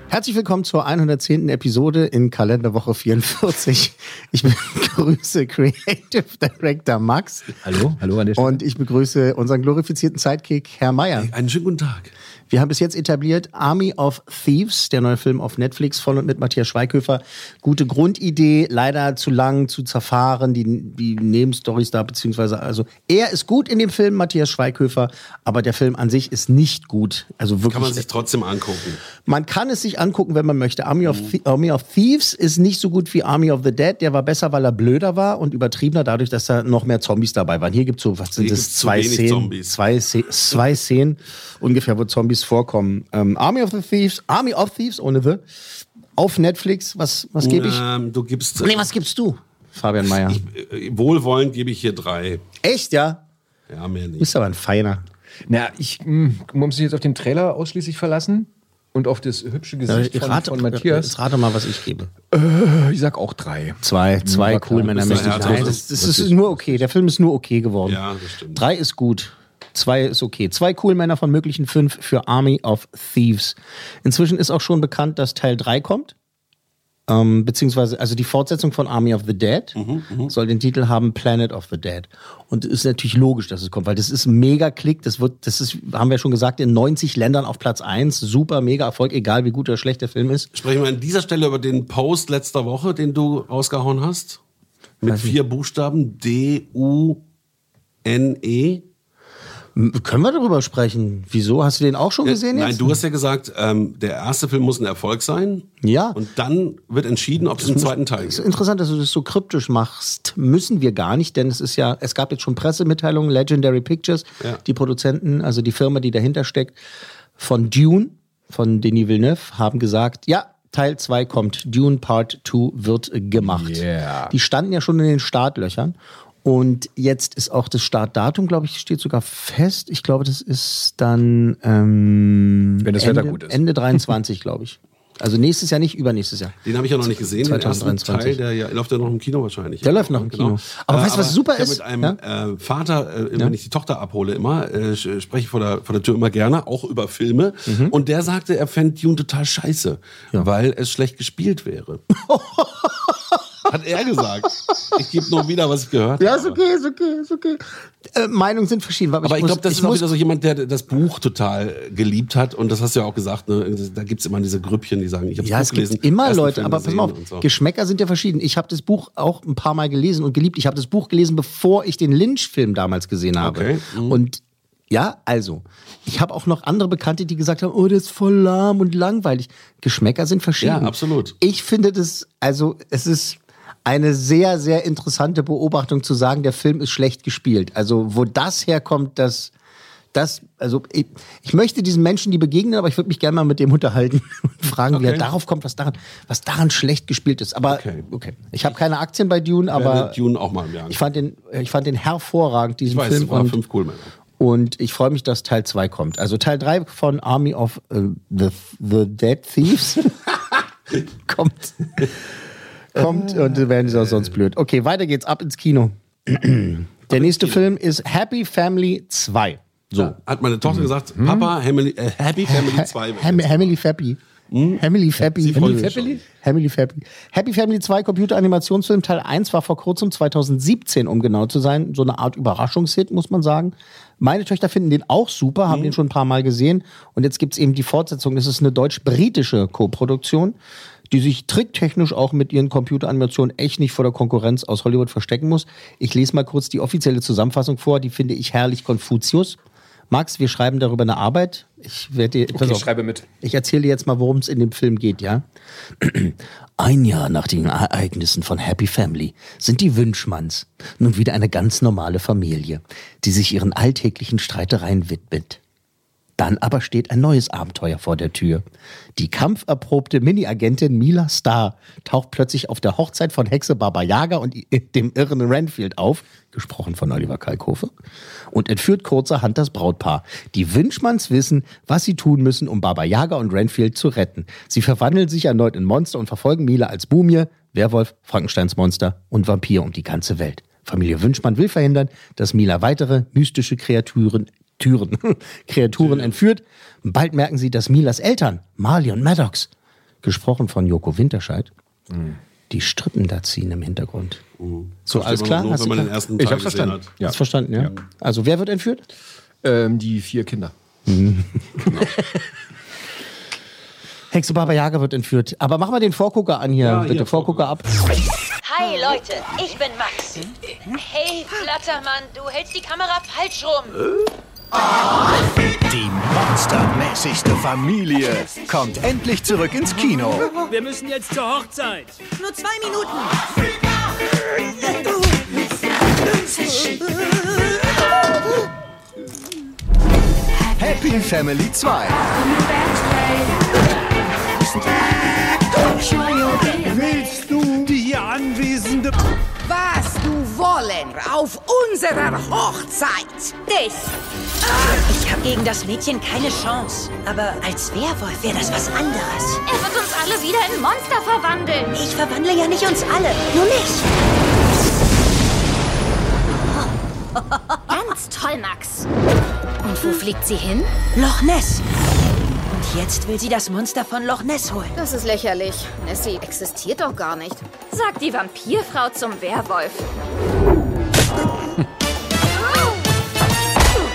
[SPEAKER 3] Herzlich willkommen zur 110. Episode in Kalenderwoche 44. Ich begrüße Creative Director Max
[SPEAKER 4] Hallo? Hallo an der Stelle.
[SPEAKER 3] und ich begrüße unseren glorifizierten Sidekick Herr Meier.
[SPEAKER 2] Einen schönen guten Tag.
[SPEAKER 3] Wir haben bis jetzt etabliert Army of Thieves, der neue Film auf Netflix von und mit Matthias Schweighöfer. Gute Grundidee, leider zu lang, zu zerfahren, die, die Nebenstories da, beziehungsweise, also er ist gut in dem Film, Matthias Schweighöfer, aber der Film an sich ist nicht gut. Also wirklich.
[SPEAKER 2] Kann man sich trotzdem angucken.
[SPEAKER 3] Man kann es sich angucken, wenn man möchte. Army
[SPEAKER 2] Mhm.
[SPEAKER 3] of, Thie- Army of Thieves ist nicht so gut wie Army of the Dead. Der war besser, weil er blöder war und übertriebener, dadurch, dass da noch mehr Zombies dabei waren. Hier gibt es so, was sind
[SPEAKER 2] Hier
[SPEAKER 3] das?
[SPEAKER 2] gibt's zu
[SPEAKER 3] Zwei
[SPEAKER 2] wenig
[SPEAKER 3] Szenen,
[SPEAKER 2] Zombies.
[SPEAKER 3] zwei, Szenen- zwei Szenen ungefähr, wo Zombies vorkommen. Ähm, Army of the Thieves, Army of Thieves ohne The. Auf Netflix, was, was gebe ich?
[SPEAKER 2] Ähm, du gibst.
[SPEAKER 3] Nee, was gibst du? Fabian Meyer.
[SPEAKER 2] äh, wohlwollend gebe ich hier drei.
[SPEAKER 3] Echt, ja?
[SPEAKER 2] Ja, mehr nicht.
[SPEAKER 3] Bist aber ein Feiner.
[SPEAKER 4] Na, ich mh, muss mich jetzt auf den Trailer ausschließlich verlassen und auf das hübsche Gesicht
[SPEAKER 3] Ich
[SPEAKER 4] von,
[SPEAKER 3] rate,
[SPEAKER 4] von Matthias. Äh,
[SPEAKER 3] jetzt rate mal, was ich gebe.
[SPEAKER 4] Ich sag auch drei.
[SPEAKER 3] Zwei, zwei
[SPEAKER 4] war klar.
[SPEAKER 3] cool Männer
[SPEAKER 2] du
[SPEAKER 4] Bist
[SPEAKER 3] möchte ich.
[SPEAKER 2] herzlos?
[SPEAKER 3] Nein, das, das ist nur okay. Der Film ist nur okay geworden.
[SPEAKER 2] Ja, das stimmt.
[SPEAKER 3] Drei ist gut. Zwei ist okay. Zwei cool Männer von möglichen fünf für Army of Thieves. Inzwischen ist auch schon bekannt, dass Teil drei kommt. Ähm, beziehungsweise, also die Fortsetzung von Army of the Dead
[SPEAKER 2] Mhm,
[SPEAKER 3] soll den Titel haben Planet of the Dead. Und ist natürlich logisch, dass es kommt, weil das ist ein Mega-Klick. Das wird, das ist, haben wir schon gesagt, in 90 Ländern auf Platz 1. Super, mega Erfolg, egal wie gut oder schlecht der Film ist.
[SPEAKER 2] Sprechen wir an dieser Stelle über den Post letzter Woche, den du rausgehauen hast. Mit vier Buchstaben D, U, N, E.
[SPEAKER 3] M- Können wir darüber sprechen? Wieso? Hast du den auch schon gesehen
[SPEAKER 2] Äh, Nein,
[SPEAKER 3] jetzt?
[SPEAKER 2] du hast ja gesagt, ähm, der erste Film muss ein Erfolg sein.
[SPEAKER 3] Ja.
[SPEAKER 2] Und dann wird entschieden, ob es einen zweiten Teil
[SPEAKER 3] Es
[SPEAKER 2] gibt.
[SPEAKER 3] ist interessant, dass du das so kryptisch machst. Müssen wir gar nicht, denn es ist ja, es gab jetzt schon Pressemitteilungen, Legendary Pictures,
[SPEAKER 2] Ja.
[SPEAKER 3] die Produzenten, also die Firma, die dahinter steckt, von Dune, von Denis Villeneuve, haben gesagt, ja, Teil 2 kommt, Dune Part 2 wird gemacht.
[SPEAKER 4] Yeah.
[SPEAKER 3] Die standen ja schon in den Startlöchern. Und jetzt ist auch das Startdatum, glaube ich, steht sogar fest. Ich glaube, das ist dann ähm,
[SPEAKER 4] Wenn das
[SPEAKER 3] Ende,
[SPEAKER 4] Wetter gut ist.
[SPEAKER 3] Ende 23, glaube ich. Also nächstes Jahr nicht, übernächstes Jahr.
[SPEAKER 2] Den habe ich ja noch nicht gesehen, den ersten Teil,
[SPEAKER 3] 2023.
[SPEAKER 2] der ja, läuft ja noch im Kino wahrscheinlich.
[SPEAKER 3] Der läuft noch im Kino. Aber weißt du, was super
[SPEAKER 2] ich hab
[SPEAKER 3] ist?
[SPEAKER 2] Mit einem äh, Vater, äh, wenn ich die Tochter abhole immer, äh, sch- spreche ich vor der, vor der Tür immer gerne, auch über Filme.
[SPEAKER 3] Mhm.
[SPEAKER 2] Und der sagte, er fände Dune total scheiße, weil es schlecht gespielt
[SPEAKER 3] <laughs>
[SPEAKER 2] wäre. Hat er gesagt. Ich gebe nur wieder, was ich gehört
[SPEAKER 3] Ja, ist
[SPEAKER 2] habe.
[SPEAKER 3] okay, ist okay, ist okay. Äh, Meinungen sind verschieden. Aber,
[SPEAKER 2] Aber ich
[SPEAKER 3] muss-
[SPEAKER 2] glaube, das
[SPEAKER 3] ich
[SPEAKER 2] ist auch
[SPEAKER 3] muss-
[SPEAKER 2] wieder so jemand, der das Buch total äh, geliebt hat. Und das hast du ja auch gesagt, ne? da gibt es immer diese Grüppchen, die sagen, ich habe
[SPEAKER 3] Ja, es
[SPEAKER 2] Buch gelesen.
[SPEAKER 3] gibt immer
[SPEAKER 2] ersten
[SPEAKER 3] Leute,
[SPEAKER 2] Film
[SPEAKER 3] aber pass
[SPEAKER 2] gesehen
[SPEAKER 3] mal auf,
[SPEAKER 2] und so.
[SPEAKER 3] Geschmäcker sind ja verschieden. Ich habe das Buch auch ein paar Mal gelesen und geliebt. Ich habe das Buch gelesen, bevor ich den Lynch-Film damals gesehen habe.
[SPEAKER 2] Okay, mhm.
[SPEAKER 3] Und ja, also, ich habe auch noch andere Bekannte, die gesagt haben, oh, das ist voll lahm und langweilig. Geschmäcker sind verschieden.
[SPEAKER 2] Ja, absolut.
[SPEAKER 3] Ich finde das, also, es ist eine sehr, sehr interessante Beobachtung zu sagen, der Film ist schlecht gespielt. Also, wo das herkommt, das, das, also, ich, ich möchte diesen Menschen die begegnen, aber ich würde mich gerne mal mit dem unterhalten <laughs> und fragen, wie er darauf kommt, was daran, was daran schlecht gespielt ist. Aber, okay.
[SPEAKER 2] Okay.
[SPEAKER 3] Ich habe keine Aktien bei Dune, aber
[SPEAKER 2] Werde Dune auch mal im Jahr.
[SPEAKER 3] ich fand den, ich fand den hervorragend, diesen
[SPEAKER 2] Ich weiß,
[SPEAKER 3] Film.
[SPEAKER 2] es war
[SPEAKER 3] und-
[SPEAKER 2] fünf Coolmänner.
[SPEAKER 3] und ich freue mich, dass Teil 2 kommt. Also Teil 3 von Army of äh, the, the Dead
[SPEAKER 2] <laughs>
[SPEAKER 3] Thieves kommt. kommt und dann werden sie auch sonst blöd. Okay, weiter geht's. Ab ins Kino. <clears throat> Der nächste Film ist Happy Family 2.
[SPEAKER 2] So. Hat meine Tochter gesagt, Papa, Hamily, äh, Happy Family 2. wird
[SPEAKER 3] Ham
[SPEAKER 2] jetzt.
[SPEAKER 3] Hamily Fappy. Hamily Fappy.
[SPEAKER 2] Sie freut sich schon.
[SPEAKER 3] Hamily Fappy. Happy Family 2 Computeranimationsfilm Teil 1 war vor kurzem 2017, um genau zu sein. So eine Art Überraschungshit, muss man sagen. Meine Töchter finden den auch super,
[SPEAKER 4] Mhm.
[SPEAKER 3] haben den schon ein paar Mal gesehen. Und jetzt gibt's eben die Fortsetzung. Das ist eine deutsch-britische Koproduktion, die sich tricktechnisch auch mit ihren Computeranimationen echt nicht vor der Konkurrenz aus Hollywood verstecken muss. Ich lese mal kurz die offizielle Zusammenfassung vor. Die finde ich herrlich Konfuzius. Max, wir schreiben darüber eine Arbeit. Ich werde dir. pass auf.
[SPEAKER 4] schreibe mit.
[SPEAKER 3] Ich erzähle dir jetzt mal, worum es in dem Film geht, ja? Ein Jahr nach den Ereignissen von Happy Family sind die Wünschmanns nun wieder eine ganz normale Familie, die sich ihren alltäglichen Streitereien widmet. Dann aber steht ein neues Abenteuer vor der Tür. Die kampferprobte Mini-Agentin Mila Starr taucht plötzlich auf der Hochzeit von Hexe Baba Yaga und i- <laughs> dem irren Renfield auf, gesprochen von Oliver Kalkofe, und entführt kurzerhand das Brautpaar. Die Wünschmanns wissen, was sie tun müssen, um Baba Yaga und Renfield zu retten. Sie verwandeln sich erneut in Monster und verfolgen Mila als Mumie, Werwolf, Frankensteins Monster und Vampir um die ganze Welt. Familie Wünschmann will verhindern, dass Mila weitere mystische Kreaturen, Türen, <laughs> Kreaturen entführt. Bald merken sie, dass Milas Eltern, Marley und Maddox, gesprochen von Joko Winterscheid,
[SPEAKER 2] Mhm.
[SPEAKER 3] die Strippen da ziehen im Hintergrund. So,
[SPEAKER 2] Versteht Oh.
[SPEAKER 3] alles
[SPEAKER 2] man
[SPEAKER 3] klar?
[SPEAKER 2] Nur,
[SPEAKER 3] Hast
[SPEAKER 2] wenn
[SPEAKER 3] du
[SPEAKER 2] man den
[SPEAKER 3] klar?
[SPEAKER 2] ersten
[SPEAKER 4] Ich
[SPEAKER 2] Teil
[SPEAKER 4] hab's
[SPEAKER 2] gesehen
[SPEAKER 4] verstanden.
[SPEAKER 2] hat.
[SPEAKER 4] Ja.
[SPEAKER 3] Hast verstanden, ja? Also, wer wird entführt?
[SPEAKER 4] Ähm, die vier Kinder.
[SPEAKER 3] Hexe Baba Yaga wird entführt. Aber mach mal den Vorgucker an hier,
[SPEAKER 2] Ja,
[SPEAKER 3] bitte.
[SPEAKER 2] hier,
[SPEAKER 3] Vorgucker ab.
[SPEAKER 10] Hi Leute, ich bin Max. Hey Flattermann, du hältst die Kamera falsch rum.
[SPEAKER 11] Die monstermäßigste Familie kommt endlich zurück ins Kino.
[SPEAKER 12] Wir müssen jetzt zur Hochzeit.
[SPEAKER 6] Nur zwei Minuten.
[SPEAKER 11] Happy Family 2.
[SPEAKER 12] Willst du die hier Anwesende?
[SPEAKER 6] Was du wollen auf unserer Hochzeit.
[SPEAKER 10] Dich! Ich habe gegen das Mädchen keine Chance. Aber als Werwolf wäre das was anderes.
[SPEAKER 9] Er wird uns alle wieder in Monster verwandeln.
[SPEAKER 10] Ich verwandle ja nicht uns alle, nur mich.
[SPEAKER 9] Ganz toll, Max. Und wo fliegt sie hin?
[SPEAKER 10] Loch Ness. Und
[SPEAKER 13] jetzt will sie das Monster von Loch Ness holen.
[SPEAKER 9] Das ist lächerlich. Nessie existiert doch gar nicht. Sagt die Vampirfrau zum Werwolf.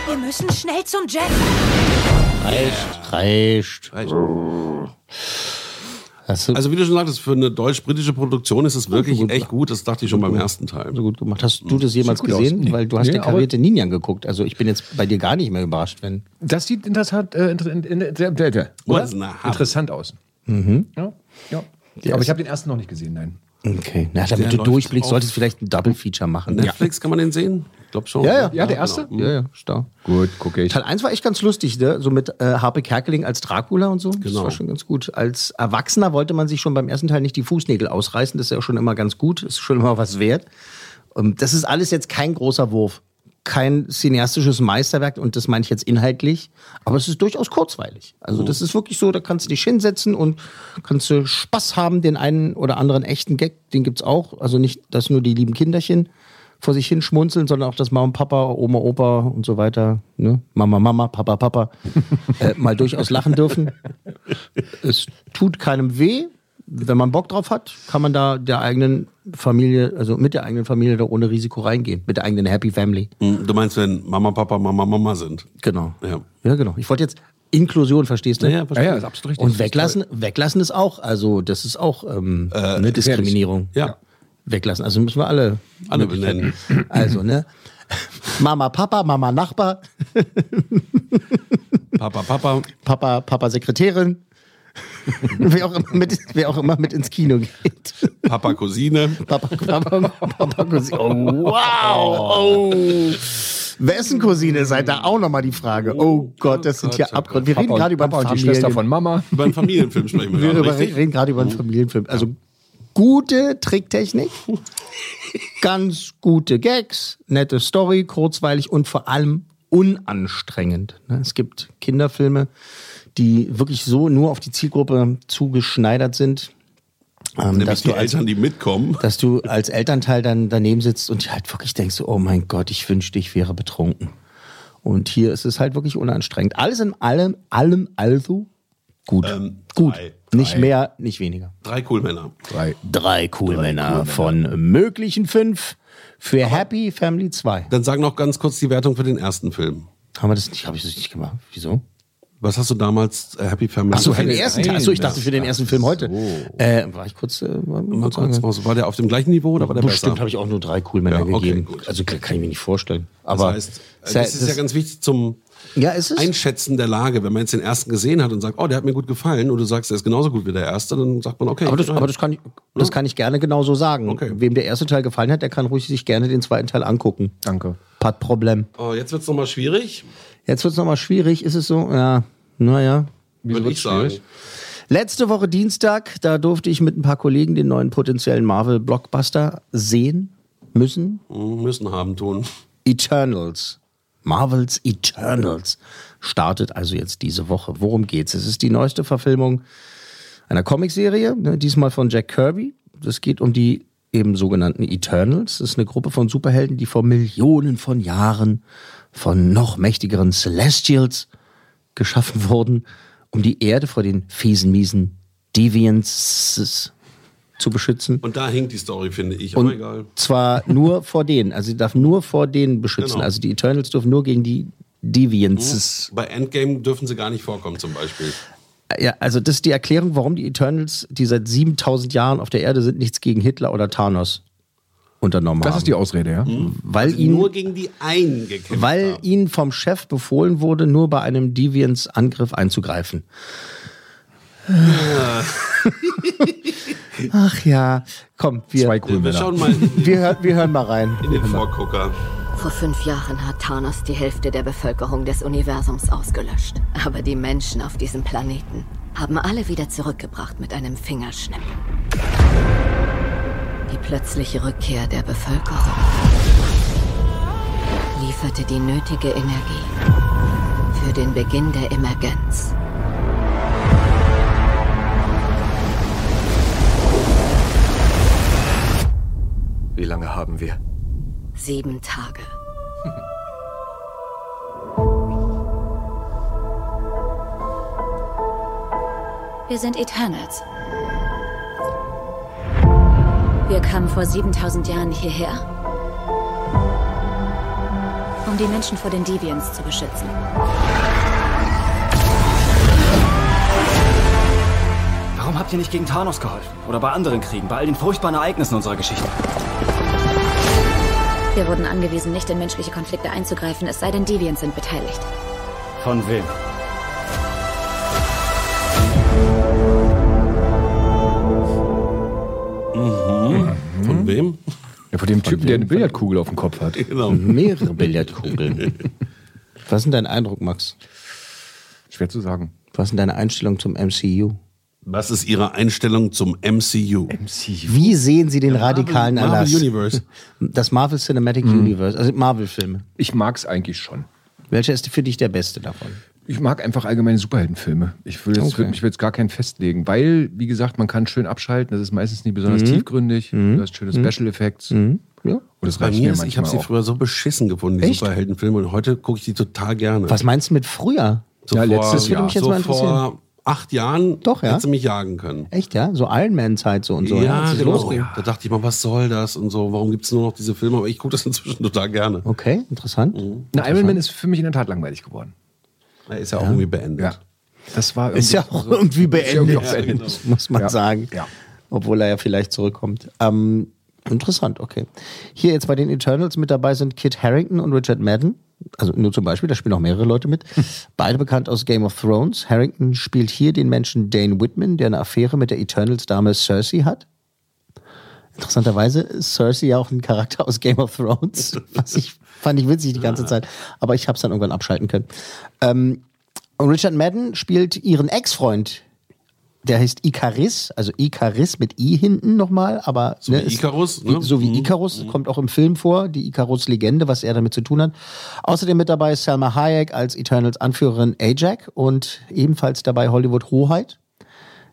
[SPEAKER 13] Wir müssen schnell zum Jack.
[SPEAKER 5] Reicht, reicht.
[SPEAKER 2] Also wie du schon sagtest, für eine deutsch-britische Produktion ist es wirklich echt gut. Das dachte ich schon beim ersten Teil.
[SPEAKER 3] So gut gemacht. Hast du das jemals
[SPEAKER 2] Sieht gut aus.
[SPEAKER 3] gesehen?
[SPEAKER 2] Nee.
[SPEAKER 3] Weil du hast
[SPEAKER 2] Nee,
[SPEAKER 3] den
[SPEAKER 2] aber-
[SPEAKER 3] karierten Ninjan geguckt. Also ich bin jetzt bei dir gar nicht mehr überrascht, wenn.
[SPEAKER 4] Das sieht in der Tat äh, inter- in, in, der- der- der-
[SPEAKER 3] Oder?
[SPEAKER 4] oder? interessant aus.
[SPEAKER 3] Mhm.
[SPEAKER 4] Ja, ja.
[SPEAKER 3] Der
[SPEAKER 4] Aber
[SPEAKER 3] ist-
[SPEAKER 4] ich habe den ersten noch nicht gesehen, nein.
[SPEAKER 3] Okay. Na, damit
[SPEAKER 4] Der
[SPEAKER 3] du
[SPEAKER 4] läuft
[SPEAKER 3] durchblickst,
[SPEAKER 4] auf-
[SPEAKER 3] solltest du vielleicht ein Double-Feature machen. ne?
[SPEAKER 2] Netflix kann man den sehen? Ich glaube schon.
[SPEAKER 3] Ja, ja,
[SPEAKER 2] Ja, der
[SPEAKER 3] erste?
[SPEAKER 2] genau.
[SPEAKER 3] Ja, ja, stark.
[SPEAKER 4] Gut, gucke ich.
[SPEAKER 3] Teil 1 war echt ganz lustig, ne? so mit äh, Harpe Kerkeling als Dracula und so. Genau. Das war schon ganz gut. Als Erwachsener wollte man sich schon beim ersten Teil nicht die Fußnägel ausreißen. Das ist ja auch schon immer ganz gut. Ist schon immer was wert. Und Ähm, das ist alles jetzt kein großer Wurf. Kein cineastisches Meisterwerk und das meine ich jetzt inhaltlich. Aber es ist durchaus kurzweilig. Also, das ist wirklich so, da kannst du dich hinsetzen und kannst du Spaß haben. Den einen oder anderen echten Gag, den gibt's auch. Also nicht, dass nur die lieben Kinderchen vor sich hin schmunzeln, sondern auch, dass Mama und Papa, Oma, Opa und so weiter, ne? Mama, Mama, Papa, Papa, äh, mal durchaus lachen dürfen. Es tut keinem weh. Wenn man Bock drauf hat, kann man da der eigenen Familie, also mit der eigenen Familie da ohne Risiko reingehen, mit der eigenen Happy Family.
[SPEAKER 2] Hm, Du meinst, wenn Mama, Papa, Mama, Mama sind?
[SPEAKER 3] Genau.
[SPEAKER 2] Ja.
[SPEAKER 3] Ja, genau. Ich wollte jetzt Inklusion, verstehst du?
[SPEAKER 2] Ja, ja, verstehe. Ja, ja, ist absolut richtig.
[SPEAKER 3] Und weglassen, weglassen ist auch, also das ist auch ähm, eine Diskriminierung.
[SPEAKER 2] Äh, Ja.
[SPEAKER 3] Weglassen. Also müssen wir alle,
[SPEAKER 2] Alle benennen.
[SPEAKER 3] Also, ne? Mama, Papa, Mama, Nachbar,
[SPEAKER 2] Papa, Papa.
[SPEAKER 3] Papa, Papa, Sekretärin. <laughs> wer, auch immer mit, wer auch immer mit ins Kino geht.
[SPEAKER 2] Papa, Cousine.
[SPEAKER 3] Papa, Papa, Papa Cousine. Oh, wow. Oh. Wessen Cousine ist halt da auch nochmal die Frage. Oh Gott, das sind hier Abgründe. Wir reden
[SPEAKER 4] und-
[SPEAKER 3] gerade über
[SPEAKER 4] Papa und die
[SPEAKER 3] Familien.
[SPEAKER 4] Schwester von Mama.
[SPEAKER 2] Über einen Familienfilm sprechen wir
[SPEAKER 3] Wir
[SPEAKER 2] gerade,
[SPEAKER 3] über,
[SPEAKER 2] richtig?
[SPEAKER 3] reden gerade über einen Familienfilm. Also gute Tricktechnik, ganz gute Gags, nette Story, kurzweilig und vor allem unanstrengend. Ne, Es gibt Kinderfilme, die wirklich so nur auf die Zielgruppe zugeschneidert sind. ähm,
[SPEAKER 2] Nämlich
[SPEAKER 3] dass
[SPEAKER 2] die
[SPEAKER 3] du als
[SPEAKER 2] Eltern, die mitkommen.
[SPEAKER 3] dass du als Elternteil dann daneben sitzt und dir halt wirklich denkst, so, oh mein Gott, ich wünschte, ich wäre betrunken. Und hier ist es halt wirklich unanstrengend. Alles in allem, allem, also gut.
[SPEAKER 2] Ähm,
[SPEAKER 3] gut. Nicht mehr, nicht weniger.
[SPEAKER 2] Drei cool Männer.
[SPEAKER 4] Drei.
[SPEAKER 3] Drei cool Männer von möglichen fünf für Happy Family 2.
[SPEAKER 2] Dann sag noch ganz kurz die Wertung für den ersten Film.
[SPEAKER 3] Haben wir das nicht, habe ich das nicht gemacht. Wieso?
[SPEAKER 2] Was hast du damals, äh, Happy Family?
[SPEAKER 3] Achso, für den ersten Teil. Achso, ich dachte für den ersten Film heute.
[SPEAKER 2] So.
[SPEAKER 3] Äh, war ich kurz. Äh, war,
[SPEAKER 2] Mal kurz raus. War der auf dem gleichen Niveau oder war der
[SPEAKER 3] Bestimmt
[SPEAKER 2] besser?
[SPEAKER 3] habe ich auch nur drei cool Männer
[SPEAKER 2] Ja, okay,
[SPEAKER 3] gegeben.
[SPEAKER 2] gut.
[SPEAKER 3] Also kann kann ich mir nicht vorstellen. Aber
[SPEAKER 2] das heißt, äh, das ist ja ganz wichtig zum
[SPEAKER 3] ja, ist es?
[SPEAKER 2] Einschätzen der Lage. Wenn man jetzt den ersten gesehen hat und sagt, oh, der hat mir gut gefallen, und du sagst, er ist genauso gut wie der erste, dann sagt man, okay.
[SPEAKER 3] Aber das,
[SPEAKER 2] ja.
[SPEAKER 3] aber das, kann, ich, das kann ich gerne genau so sagen. Wem der erste Teil gefallen hat, der kann ruhig sich gerne den zweiten Teil angucken.
[SPEAKER 4] Danke.
[SPEAKER 3] Pat Problem.
[SPEAKER 2] oh, jetzt wird's nochmal schwierig.
[SPEAKER 3] Jetzt wird es nochmal schwierig. Ist es so? Ja, naja.
[SPEAKER 2] Würde ich sagen.
[SPEAKER 3] Letzte Woche Dienstag, da durfte ich mit ein paar Kollegen den neuen potenziellen Marvel-Blockbuster sehen müssen.
[SPEAKER 2] Hm, Müssen haben tun.
[SPEAKER 3] Eternals. Marvels Eternals startet also jetzt diese Woche. Worum geht's? Es ist die neueste Verfilmung einer Comicserie, ne, diesmal von Jack Kirby. Es geht um die eben sogenannten Eternals. Das ist eine Gruppe von Superhelden, die vor Millionen von Jahren von noch mächtigeren Celestials geschaffen wurden, um die Erde vor den fiesen, miesen Deviants zu beschützen.
[SPEAKER 2] Und da hängt die Story, finde ich.
[SPEAKER 3] Und
[SPEAKER 2] Aber egal.
[SPEAKER 3] zwar nur vor denen. Also sie darf nur vor denen beschützen.
[SPEAKER 2] Genau. Mhm.
[SPEAKER 3] Also die Eternals dürfen nur gegen die Deviants.
[SPEAKER 2] Bei Endgame dürfen sie gar nicht vorkommen, zum Beispiel.
[SPEAKER 3] Ja, also das ist die Erklärung, warum die Eternals, die seit 7000 Jahren auf der Erde sind, nichts gegen Hitler oder Thanos unternommen
[SPEAKER 4] Das
[SPEAKER 3] haben.
[SPEAKER 4] ist die Also Ausrede, ja.
[SPEAKER 2] Mhm.
[SPEAKER 3] weil ihnen,
[SPEAKER 2] Nur gegen die einen gekämpft
[SPEAKER 3] weil
[SPEAKER 2] haben.
[SPEAKER 3] ihnen vom Chef befohlen wurde, nur bei einem Deviants-Angriff einzugreifen. <laughs> Ach ja, komm, wir,
[SPEAKER 4] Zwei cool
[SPEAKER 2] Wir
[SPEAKER 4] Männer.
[SPEAKER 2] schauen mal in
[SPEAKER 3] wir, hör, wir hören mal rein.
[SPEAKER 2] den Vorgucker.
[SPEAKER 14] Vor fünf Jahren hat Thanos die Hälfte der Bevölkerung des Universums ausgelöscht. Aber die Menschen auf diesem Planeten haben alle wieder zurückgebracht mit einem Fingerschnipp. Die plötzliche Rückkehr der Bevölkerung lieferte die nötige Energie für den Beginn der Emergenz.
[SPEAKER 11] Wie lange haben wir?
[SPEAKER 14] Sieben Tage.
[SPEAKER 7] Wir sind Eternals. Wir kamen vor 7000 Jahren hierher, um die Menschen vor den Deviants zu beschützen.
[SPEAKER 15] Warum habt ihr nicht gegen Thanos geholfen? Oder bei anderen Kriegen, bei all den furchtbaren Ereignissen unserer Geschichte?
[SPEAKER 7] Wir wurden angewiesen, nicht in menschliche Konflikte einzugreifen, es sei denn, Deviants sind beteiligt.
[SPEAKER 15] Von wem?
[SPEAKER 3] Hm?
[SPEAKER 2] Von wem? <laughs>
[SPEAKER 4] Ja, von dem Typen, der eine Billardkugel auf dem Kopf hat.
[SPEAKER 3] Mhm.
[SPEAKER 2] Genau.
[SPEAKER 3] Mehrere Billardkugeln. Was ist denn dein Eindruck, Max?
[SPEAKER 4] Schwer zu sagen.
[SPEAKER 3] Was ist denn deine Einstellung zum MCU?
[SPEAKER 2] Was ist Ihre Einstellung zum MCU?
[SPEAKER 3] Wie sehen Sie den radikalen
[SPEAKER 2] Marvel
[SPEAKER 3] Erlass?
[SPEAKER 2] Universe. Mhm.
[SPEAKER 3] Das Marvel Cinematic Universe, also Marvel-Filme.
[SPEAKER 4] Ich mag es eigentlich schon.
[SPEAKER 3] Welcher ist für dich der beste davon?
[SPEAKER 4] Ich mag einfach allgemeine Superheldenfilme. Ich will jetzt,
[SPEAKER 3] Okay.
[SPEAKER 4] ich will jetzt gar keinen festlegen, weil, wie gesagt, man kann schön abschalten. Das ist meistens nicht besonders
[SPEAKER 2] Mhm.
[SPEAKER 4] tiefgründig.
[SPEAKER 2] Mhm.
[SPEAKER 4] Du hast schöne
[SPEAKER 2] Mhm.
[SPEAKER 4] Special Effects.
[SPEAKER 3] Ja.
[SPEAKER 4] Und das
[SPEAKER 2] Bei
[SPEAKER 4] reicht
[SPEAKER 2] mir
[SPEAKER 4] mir
[SPEAKER 2] ist,
[SPEAKER 4] manchmal
[SPEAKER 2] ich habe sie
[SPEAKER 4] auch.
[SPEAKER 2] früher so beschissen gefunden, die Superheldenfilme, und heute gucke ich die total gerne.
[SPEAKER 3] Was meinst du mit früher?
[SPEAKER 2] So
[SPEAKER 4] Ja,
[SPEAKER 2] vor,
[SPEAKER 3] Jahr.
[SPEAKER 4] letztes
[SPEAKER 3] Das würde mich jetzt
[SPEAKER 2] so
[SPEAKER 3] mal interessieren.
[SPEAKER 2] vor acht Jahren
[SPEAKER 3] Doch, ja?
[SPEAKER 2] hätte sie mich jagen können.
[SPEAKER 3] Echt, ja? So Iron Man-Zeit so und so.
[SPEAKER 2] ja,
[SPEAKER 3] Als es
[SPEAKER 2] genau.
[SPEAKER 3] losging.
[SPEAKER 2] Da dachte ich mal, was soll das und so, warum gibt es nur noch diese Filme? Aber ich gucke das <laughs> inzwischen total gerne.
[SPEAKER 3] Okay,
[SPEAKER 2] Oh.
[SPEAKER 3] interessant.
[SPEAKER 4] Na, Iron Man ist für mich in der Tat langweilig geworden.
[SPEAKER 2] Er ist ja auch irgendwie beendet.
[SPEAKER 4] <laughs> Das war
[SPEAKER 3] Ist ja
[SPEAKER 4] irgendwie
[SPEAKER 3] auch
[SPEAKER 4] so-
[SPEAKER 3] irgendwie
[SPEAKER 4] Ist ja Also, irgendwie
[SPEAKER 3] beendet,
[SPEAKER 4] auch beendet.
[SPEAKER 3] <laughs> muss man
[SPEAKER 4] Ja.
[SPEAKER 3] sagen.
[SPEAKER 4] Ja.
[SPEAKER 3] Obwohl er ja vielleicht zurückkommt. Ähm, interessant, okay. Hier jetzt bei den Eternals mit dabei sind Kit Harrington und Richard Madden. Also nur zum Beispiel, da spielen auch mehrere Leute
[SPEAKER 4] <laughs>
[SPEAKER 3] mit. Beide bekannt aus Game of Thrones. Harrington spielt hier den Menschen Dane Whitman, der eine Affäre mit der Eternals-Dame Cersei hat. Interessanterweise ist Cersei ja auch ein Charakter aus Game of
[SPEAKER 4] <laughs>
[SPEAKER 3] Thrones. Was ich fand ich witzig die ganze Zeit. Aber ich habe es dann irgendwann abschalten können. Ähm, und Richard Madden spielt ihren Ex-Freund. Der heißt Icaris, also Icaris mit I hinten nochmal, aber
[SPEAKER 2] So wie
[SPEAKER 3] ist-
[SPEAKER 2] Icarus,
[SPEAKER 3] wie-
[SPEAKER 2] ne?
[SPEAKER 3] so wie Icarus kommt auch im Film vor, die Icarus-Legende, was er damit zu tun hat. Außerdem mit dabei ist Selma Hayek als Eternals Anführerin Ajak und ebenfalls dabei Hollywood Hoheit.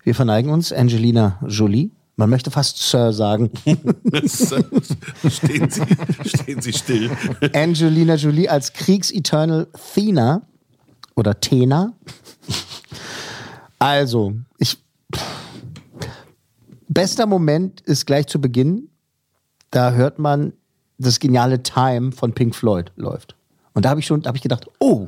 [SPEAKER 3] Wir verneigen uns Angelina Jolie. Man möchte fast Sir sagen.
[SPEAKER 2] stehen, sie, stehen Sie still.
[SPEAKER 3] Angelina Jolie als Kriegs-Eternal Thena oder Thena. Also, ich. Bester Moment ist gleich zu Beginn. Da hört man, das geniale Time von Pink Floyd läuft. Und da habe ich schon, da habe ich gedacht, oh,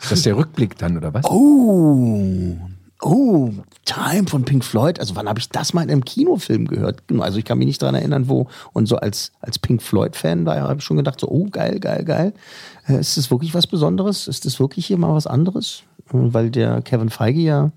[SPEAKER 4] Ist das der Rückblick dann, oder was?
[SPEAKER 3] Oh, oh, Time von Pink Floyd. Also wann habe ich das mal in einem Kinofilm gehört? Genau, Also ich kann mich nicht daran erinnern, wo. Und so als, als Pink Floyd-Fan, da habe ich schon gedacht, so, oh, geil, geil, geil. Äh, ist das wirklich was Besonderes? Ist das wirklich hier mal was anderes? Äh, Weil der Kevin Feige ja,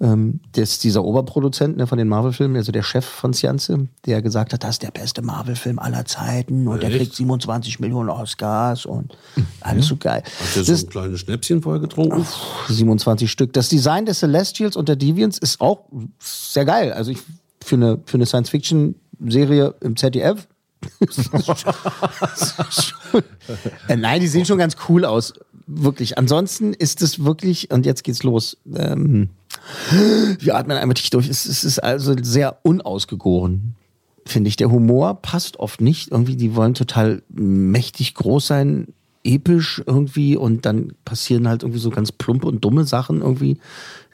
[SPEAKER 3] ähm, der ist dieser Oberproduzent ne, von den Marvel-Filmen, also der Chef von Science, der gesagt hat, das ist der beste Marvel-Film aller Zeiten und der
[SPEAKER 2] Echt? Mhm.
[SPEAKER 3] kriegt 27 Millionen Oscars und alles so geil.
[SPEAKER 2] Hat der so ein kleines Schnäpschen vorher getrunken?
[SPEAKER 3] 27 Stück. Das Design des Celestials und der Deviants ist auch sehr geil. Also ich für eine, für eine Science-Fiction-Serie im ZDF. <laughs> Äh, Nein, die sehen schon ganz cool aus. Wirklich. Ansonsten ist es wirklich, und jetzt geht's los. Ähm, wir atmen einmal dicht durch. Es, es ist also sehr unausgegoren, finde ich. Der Humor passt oft nicht. Irgendwie, die wollen total mächtig groß sein, episch irgendwie und dann passieren halt irgendwie so ganz plumpe und dumme Sachen irgendwie.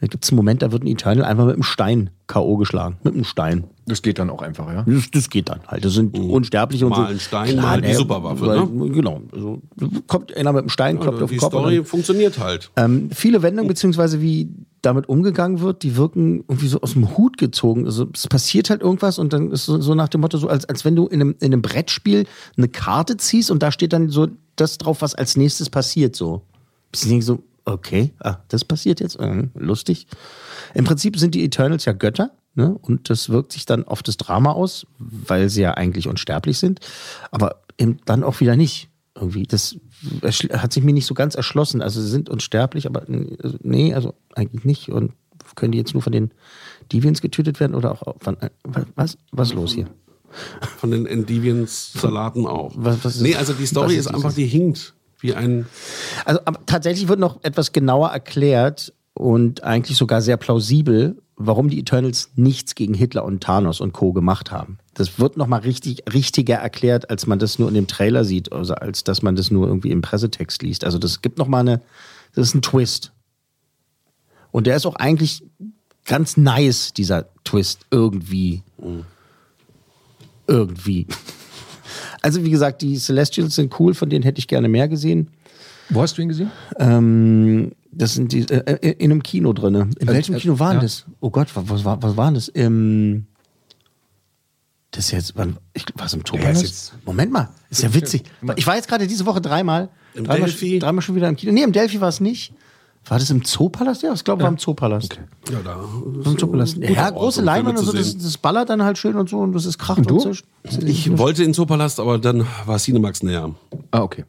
[SPEAKER 3] Da gibt es einen Moment, da wird ein Eternal einfach mit einem Stein K.O. geschlagen. Mit einem Stein.
[SPEAKER 4] Das geht dann auch einfach, ja.
[SPEAKER 3] Das, das geht dann halt. Das sind Unsterbliche und so.
[SPEAKER 2] Oh, Mal ein Stein, mal die
[SPEAKER 3] ne,
[SPEAKER 2] Superwaffe,
[SPEAKER 3] weil-
[SPEAKER 2] ne?
[SPEAKER 3] Genau. Also, kommt einer mit einem Stein, klopft auf
[SPEAKER 2] die
[SPEAKER 3] den Kopf. und
[SPEAKER 2] Story
[SPEAKER 3] dann-
[SPEAKER 2] funktioniert halt.
[SPEAKER 3] ähm, viele Wendungen, beziehungsweise wie damit umgegangen wird, die wirken irgendwie so aus dem Hut gezogen. Also es passiert halt irgendwas und dann ist so, so nach dem Motto, so als, als wenn du in einem, in einem Brettspiel eine Karte ziehst und da steht dann so das drauf, was als nächstes passiert. So. Ich denke so, okay, ah, das passiert jetzt. Mhm, lustig. Im Prinzip sind die Eternals ja Götter. Ne? Und das wirkt sich dann auf das Drama aus, weil sie ja eigentlich unsterblich sind. Aber eben dann auch wieder nicht. Irgendwie, das erschl- hat sich mir nicht so ganz erschlossen. Also sie sind unsterblich, aber n- also, nee, also eigentlich nicht. Und können die jetzt nur von den Deviants getötet werden oder auch von, äh, was, was ist los hier?
[SPEAKER 2] Von den Endivians-Salaten auch.
[SPEAKER 3] Was- was ist-
[SPEAKER 2] nee, also die
[SPEAKER 3] was
[SPEAKER 2] Story
[SPEAKER 3] ist
[SPEAKER 2] ist,
[SPEAKER 3] das?
[SPEAKER 2] einfach, die hinkt wie ein.
[SPEAKER 3] Also aber tatsächlich wird noch etwas genauer erklärt und eigentlich sogar sehr plausibel, warum die Eternals nichts gegen Hitler und Thanos und Co. gemacht haben. Das wird noch mal richtig, richtiger erklärt, als man das nur in dem Trailer sieht, also als dass man das nur irgendwie im Pressetext liest. Also das gibt noch mal eine, das ist ein Twist. Und der ist auch eigentlich ganz nice, dieser Twist, irgendwie. Irgendwie. Also, wie gesagt, die Celestials sind cool, von denen hätte ich gerne mehr gesehen.
[SPEAKER 4] Wo hast du ihn gesehen?
[SPEAKER 3] Ähm, das sind die, äh, äh, in einem Kino drin. In
[SPEAKER 4] Äh,
[SPEAKER 3] welchem
[SPEAKER 4] äh,
[SPEAKER 3] Kino waren
[SPEAKER 4] ja.
[SPEAKER 3] das? Oh Gott, wa- was, war, was waren das? Im, das ist jetzt, wann, ich, was im
[SPEAKER 4] Der ist
[SPEAKER 3] Tobias?
[SPEAKER 4] jetzt-
[SPEAKER 3] Moment mal, ist ja witzig. Ich war jetzt gerade diese Woche dreimal.
[SPEAKER 2] Im
[SPEAKER 3] dreimal,
[SPEAKER 2] Delphi?
[SPEAKER 3] dreimal schon wieder im Kino. Nee, im Delphi war es nicht. War das im Zoopalast? Ja, ich glaube, war im Zoopalast.
[SPEAKER 2] Ja, da.
[SPEAKER 3] War im Zoopalast.
[SPEAKER 2] Guter
[SPEAKER 3] Ja,
[SPEAKER 2] Ort,
[SPEAKER 3] große
[SPEAKER 2] um Filme
[SPEAKER 3] Leinwand und
[SPEAKER 2] zu
[SPEAKER 3] so, das,
[SPEAKER 2] sehen.
[SPEAKER 3] das ballert dann halt schön und so und das ist Krach und,
[SPEAKER 2] du?
[SPEAKER 3] so.
[SPEAKER 2] Ich wollte in Zoopalast, aber dann war Cinemax näher.
[SPEAKER 4] Ah, okay.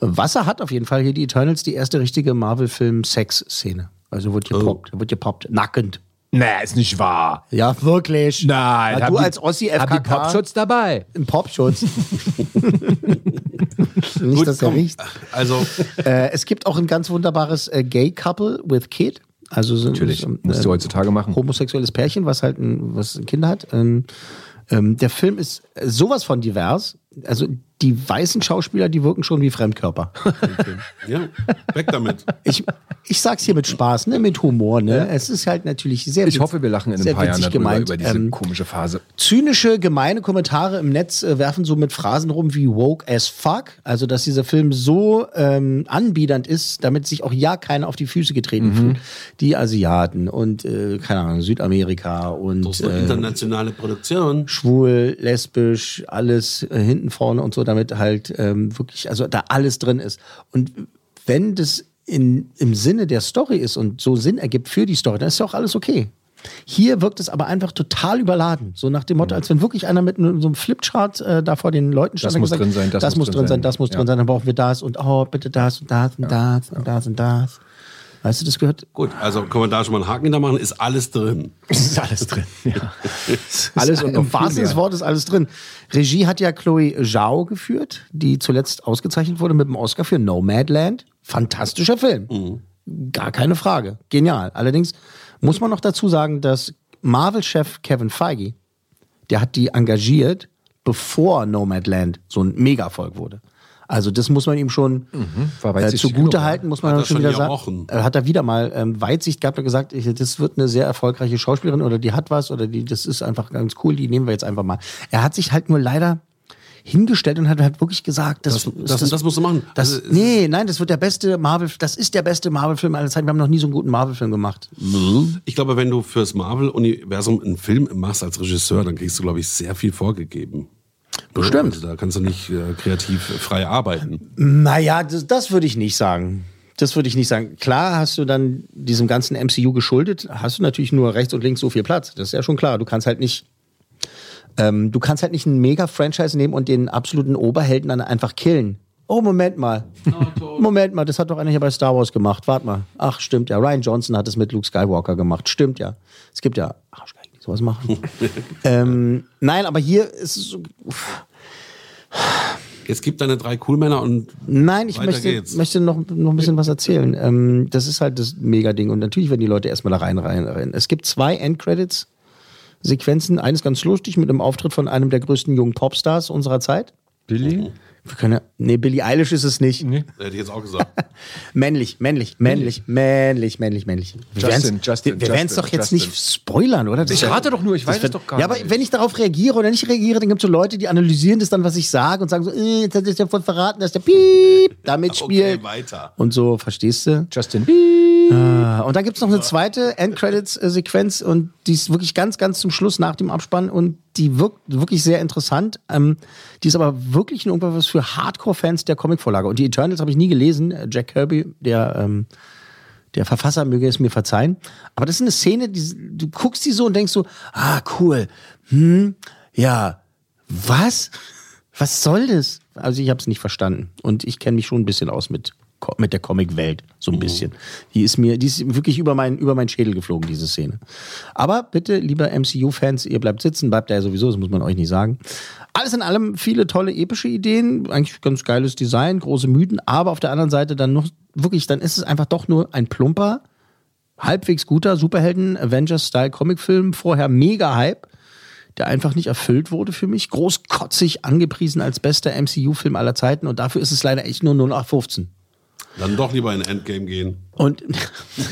[SPEAKER 3] Wasser hat auf jeden Fall hier die Eternals die erste richtige Marvel-Film-Sex-Szene. Also wird gepoppt, wird gepoppt, nackend.
[SPEAKER 4] Nee, Oh. ist nicht wahr.
[SPEAKER 3] Ja, wirklich.
[SPEAKER 4] Nein.
[SPEAKER 3] Na,
[SPEAKER 4] hab
[SPEAKER 3] du
[SPEAKER 4] die-
[SPEAKER 3] als Ossi
[SPEAKER 4] hab die
[SPEAKER 3] FKK.
[SPEAKER 4] Popschutz dabei.
[SPEAKER 3] Im
[SPEAKER 4] <laughs>
[SPEAKER 3] Popschutz. Nicht, dass er riecht.
[SPEAKER 2] Also,
[SPEAKER 3] Äh, es gibt auch ein ganz wunderbares äh, Gay-Couple with Kid. Also so,
[SPEAKER 4] Natürlich,
[SPEAKER 3] so,
[SPEAKER 4] musst du heutzutage machen.
[SPEAKER 3] Homosexuelles Pärchen, was halt ein, was ein Kind hat. Ähm, ähm, der Film ist äh, sowas von divers. Also die weißen Schauspieler, die wirken schon wie Fremdkörper.
[SPEAKER 2] ja, weg
[SPEAKER 3] <laughs>
[SPEAKER 2] damit.
[SPEAKER 3] Ich, ich sag's hier mit Spaß, ne? mit Humor. Ne? Es ist halt natürlich sehr
[SPEAKER 4] Ich hoffe, wir lachen in ein
[SPEAKER 3] sehr
[SPEAKER 4] paar Jahren
[SPEAKER 3] witzig
[SPEAKER 4] darüber,
[SPEAKER 3] gemeint.
[SPEAKER 4] über diese
[SPEAKER 3] Ähm,
[SPEAKER 4] komische Phase.
[SPEAKER 3] zynische, gemeine Kommentare im Netz äh, werfen so mit Phrasen rum wie woke as fuck. Also, dass dieser Film so ähm, anbiedernd ist, damit sich auch ja keiner auf die Füße getreten
[SPEAKER 4] Mhm.
[SPEAKER 3] fühlt. Die Asiaten und, äh, keine Ahnung, Südamerika
[SPEAKER 2] Das
[SPEAKER 3] und
[SPEAKER 2] ist eine
[SPEAKER 3] äh,
[SPEAKER 2] internationale Produktion.
[SPEAKER 3] schwul, lesbisch, alles äh, hinten, vorne und so, damit halt ähm, wirklich, also da alles drin ist. Und wenn das in, im Sinne der Story ist und so Sinn ergibt für die Story, dann ist ja auch alles okay. Hier wirkt es aber einfach total überladen. So nach dem Motto, als wenn wirklich einer mit einem- so einem Flipchart äh, da vor den Leuten stand
[SPEAKER 4] Das
[SPEAKER 3] und
[SPEAKER 4] muss
[SPEAKER 3] gesagt,
[SPEAKER 4] drin sein,
[SPEAKER 3] das, muss drin sein, das muss
[SPEAKER 4] ja.
[SPEAKER 3] drin sein, dann brauchen wir das und oh, bitte das und das und das und das und das. Weißt du, das gehört
[SPEAKER 2] Gut, also können wir da schon mal einen Haken da machen, ist alles drin.
[SPEAKER 3] Es ist alles <laughs> drin.
[SPEAKER 2] Es ist
[SPEAKER 3] Alles und
[SPEAKER 2] noch
[SPEAKER 3] im
[SPEAKER 2] viel
[SPEAKER 3] wahrsten
[SPEAKER 2] mehr.
[SPEAKER 3] des Wortes alles drin. Regie hat ja Chloe Zhao geführt, die zuletzt ausgezeichnet wurde mit dem Oscar für Nomadland. Fantastischer Film. Gar keine Frage. Genial. Allerdings muss man noch dazu sagen, dass Marvel-Chef Kevin Feige, der hat die engagiert, bevor Nomadland so ein Megaerfolg wurde. Also das muss man ihm schon
[SPEAKER 4] War
[SPEAKER 3] äh,
[SPEAKER 4] weitsichtig
[SPEAKER 3] zugute
[SPEAKER 4] genug,
[SPEAKER 3] halten, muss man
[SPEAKER 2] Hat er
[SPEAKER 3] dann schon
[SPEAKER 2] schon
[SPEAKER 3] wieder sagen.
[SPEAKER 2] gerochen.
[SPEAKER 3] Äh, Hat er wieder mal ähm, Weitsicht gehabt und gesagt, ich, das wird eine sehr erfolgreiche Schauspielerin oder die hat was oder die, das ist einfach ganz cool, die nehmen wir jetzt einfach mal. Er hat sich halt nur leider hingestellt und hat halt wirklich gesagt, das,
[SPEAKER 2] Das- das- das musst du machen.
[SPEAKER 3] Das,
[SPEAKER 2] Also, es-
[SPEAKER 3] nee, nein, das wird der beste Marvel, das ist der beste Marvel-Film aller Zeiten. Wir haben noch nie so einen guten Marvel-Film gemacht. Mhm.
[SPEAKER 2] Ich glaube, wenn du fürs Marvel-Universum einen Film machst als Regisseur, dann kriegst du, glaube ich, sehr viel vorgegeben.
[SPEAKER 3] Bestimmt.
[SPEAKER 2] Also, da kannst du nicht äh, kreativ frei arbeiten.
[SPEAKER 3] Naja, das, das würde ich nicht sagen. Das würde ich nicht sagen. Klar hast du dann diesem ganzen MCU geschuldet, hast du natürlich nur rechts und links so viel Platz. Das ist ja schon klar. Du kannst halt nicht, ähm, du kannst halt nicht ein Mega-Franchise nehmen und den absoluten Oberhelden dann einfach killen. Oh, Moment mal. Moment mal, das hat doch einer hier bei Star Wars gemacht. Warte mal. Ach, stimmt ja. Ryan Johnson hat es mit Luke Skywalker gemacht. Stimmt ja. Es gibt ja Arschgeigen, die sowas machen. ähm, nein, aber hier ist es so,
[SPEAKER 2] Jetzt gib deine drei Coolmänner und
[SPEAKER 3] Nein, ich
[SPEAKER 2] Weiter
[SPEAKER 3] möchte,
[SPEAKER 2] geht's.
[SPEAKER 3] möchte noch, noch ein bisschen was erzählen. Ähm, das ist halt das Mega-Ding. Und natürlich werden die Leute erstmal da rein, rein, rein. Es gibt zwei Endcredits. Sequenzen, eines ganz lustig mit einem Auftritt von einem der größten jungen Popstars unserer Zeit.
[SPEAKER 2] Mhm.
[SPEAKER 4] Billy?
[SPEAKER 3] Wir können, ja- nee, Billie Eilish ist es nicht.
[SPEAKER 2] hätte ich jetzt auch gesagt.
[SPEAKER 3] <laughs> Männlich, männlich, männlich, männlich, männlich, männlich. Wir
[SPEAKER 4] Justin,
[SPEAKER 3] werden's-
[SPEAKER 4] Justin,
[SPEAKER 3] wir werden es
[SPEAKER 4] Justin,
[SPEAKER 3] doch jetzt
[SPEAKER 4] Justin.
[SPEAKER 3] nicht spoilern, oder? Das ist
[SPEAKER 4] Ich
[SPEAKER 3] ja-
[SPEAKER 4] rate doch nur, ich
[SPEAKER 3] das
[SPEAKER 4] weiß es
[SPEAKER 3] wird-
[SPEAKER 4] doch gar
[SPEAKER 3] Ja, aber
[SPEAKER 4] nicht.
[SPEAKER 3] wenn ich darauf reagiere oder nicht reagiere, dann gibt es so Leute, die analysieren das dann, was ich sage und sagen so, äh, jetzt hat er ja voll verraten, dass der
[SPEAKER 4] <laughs>
[SPEAKER 3] Piep damit spielt.
[SPEAKER 2] Okay, weiter.
[SPEAKER 3] Und so, verstehst du?
[SPEAKER 4] Justin
[SPEAKER 3] Ah, Und dann gibt es noch eine zweite Endcredits-Sequenz und die ist wirklich ganz, ganz zum Schluss nach dem Abspann und die wirkt wirklich sehr interessant. Ähm, die ist aber wirklich nur irgendwas für Hardcore-Fans der Comicvorlage. Und die Eternals habe ich nie gelesen. Äh, Jack Kirby, der, ähm, der Verfasser, möge es mir verzeihen. Aber das ist eine Szene, die, du guckst die so und denkst so, ah, cool. Hm, ja, was? Was soll das? Also ich habe es nicht verstanden und ich kenne mich schon ein bisschen aus mit Co- mit der Comicwelt so ein bisschen. Die ist mir die ist wirklich über meinen über meinen Schädel geflogen diese Szene. Aber bitte lieber MCU Fans, ihr bleibt sitzen, bleibt da ja sowieso, das muss man euch nicht sagen. Alles in allem viele tolle epische Ideen, eigentlich ganz geiles Design, große Mythen, aber auf der anderen Seite dann noch wirklich, dann ist es einfach doch nur ein plumper halbwegs guter Superhelden Avengers-Style Comicfilm, vorher mega Hype, der einfach nicht erfüllt wurde für mich. Großkotzig angepriesen als bester MCU-Film aller Zeiten und dafür ist es leider echt nur 0815.
[SPEAKER 2] Dann doch lieber in Endgame gehen.
[SPEAKER 3] Und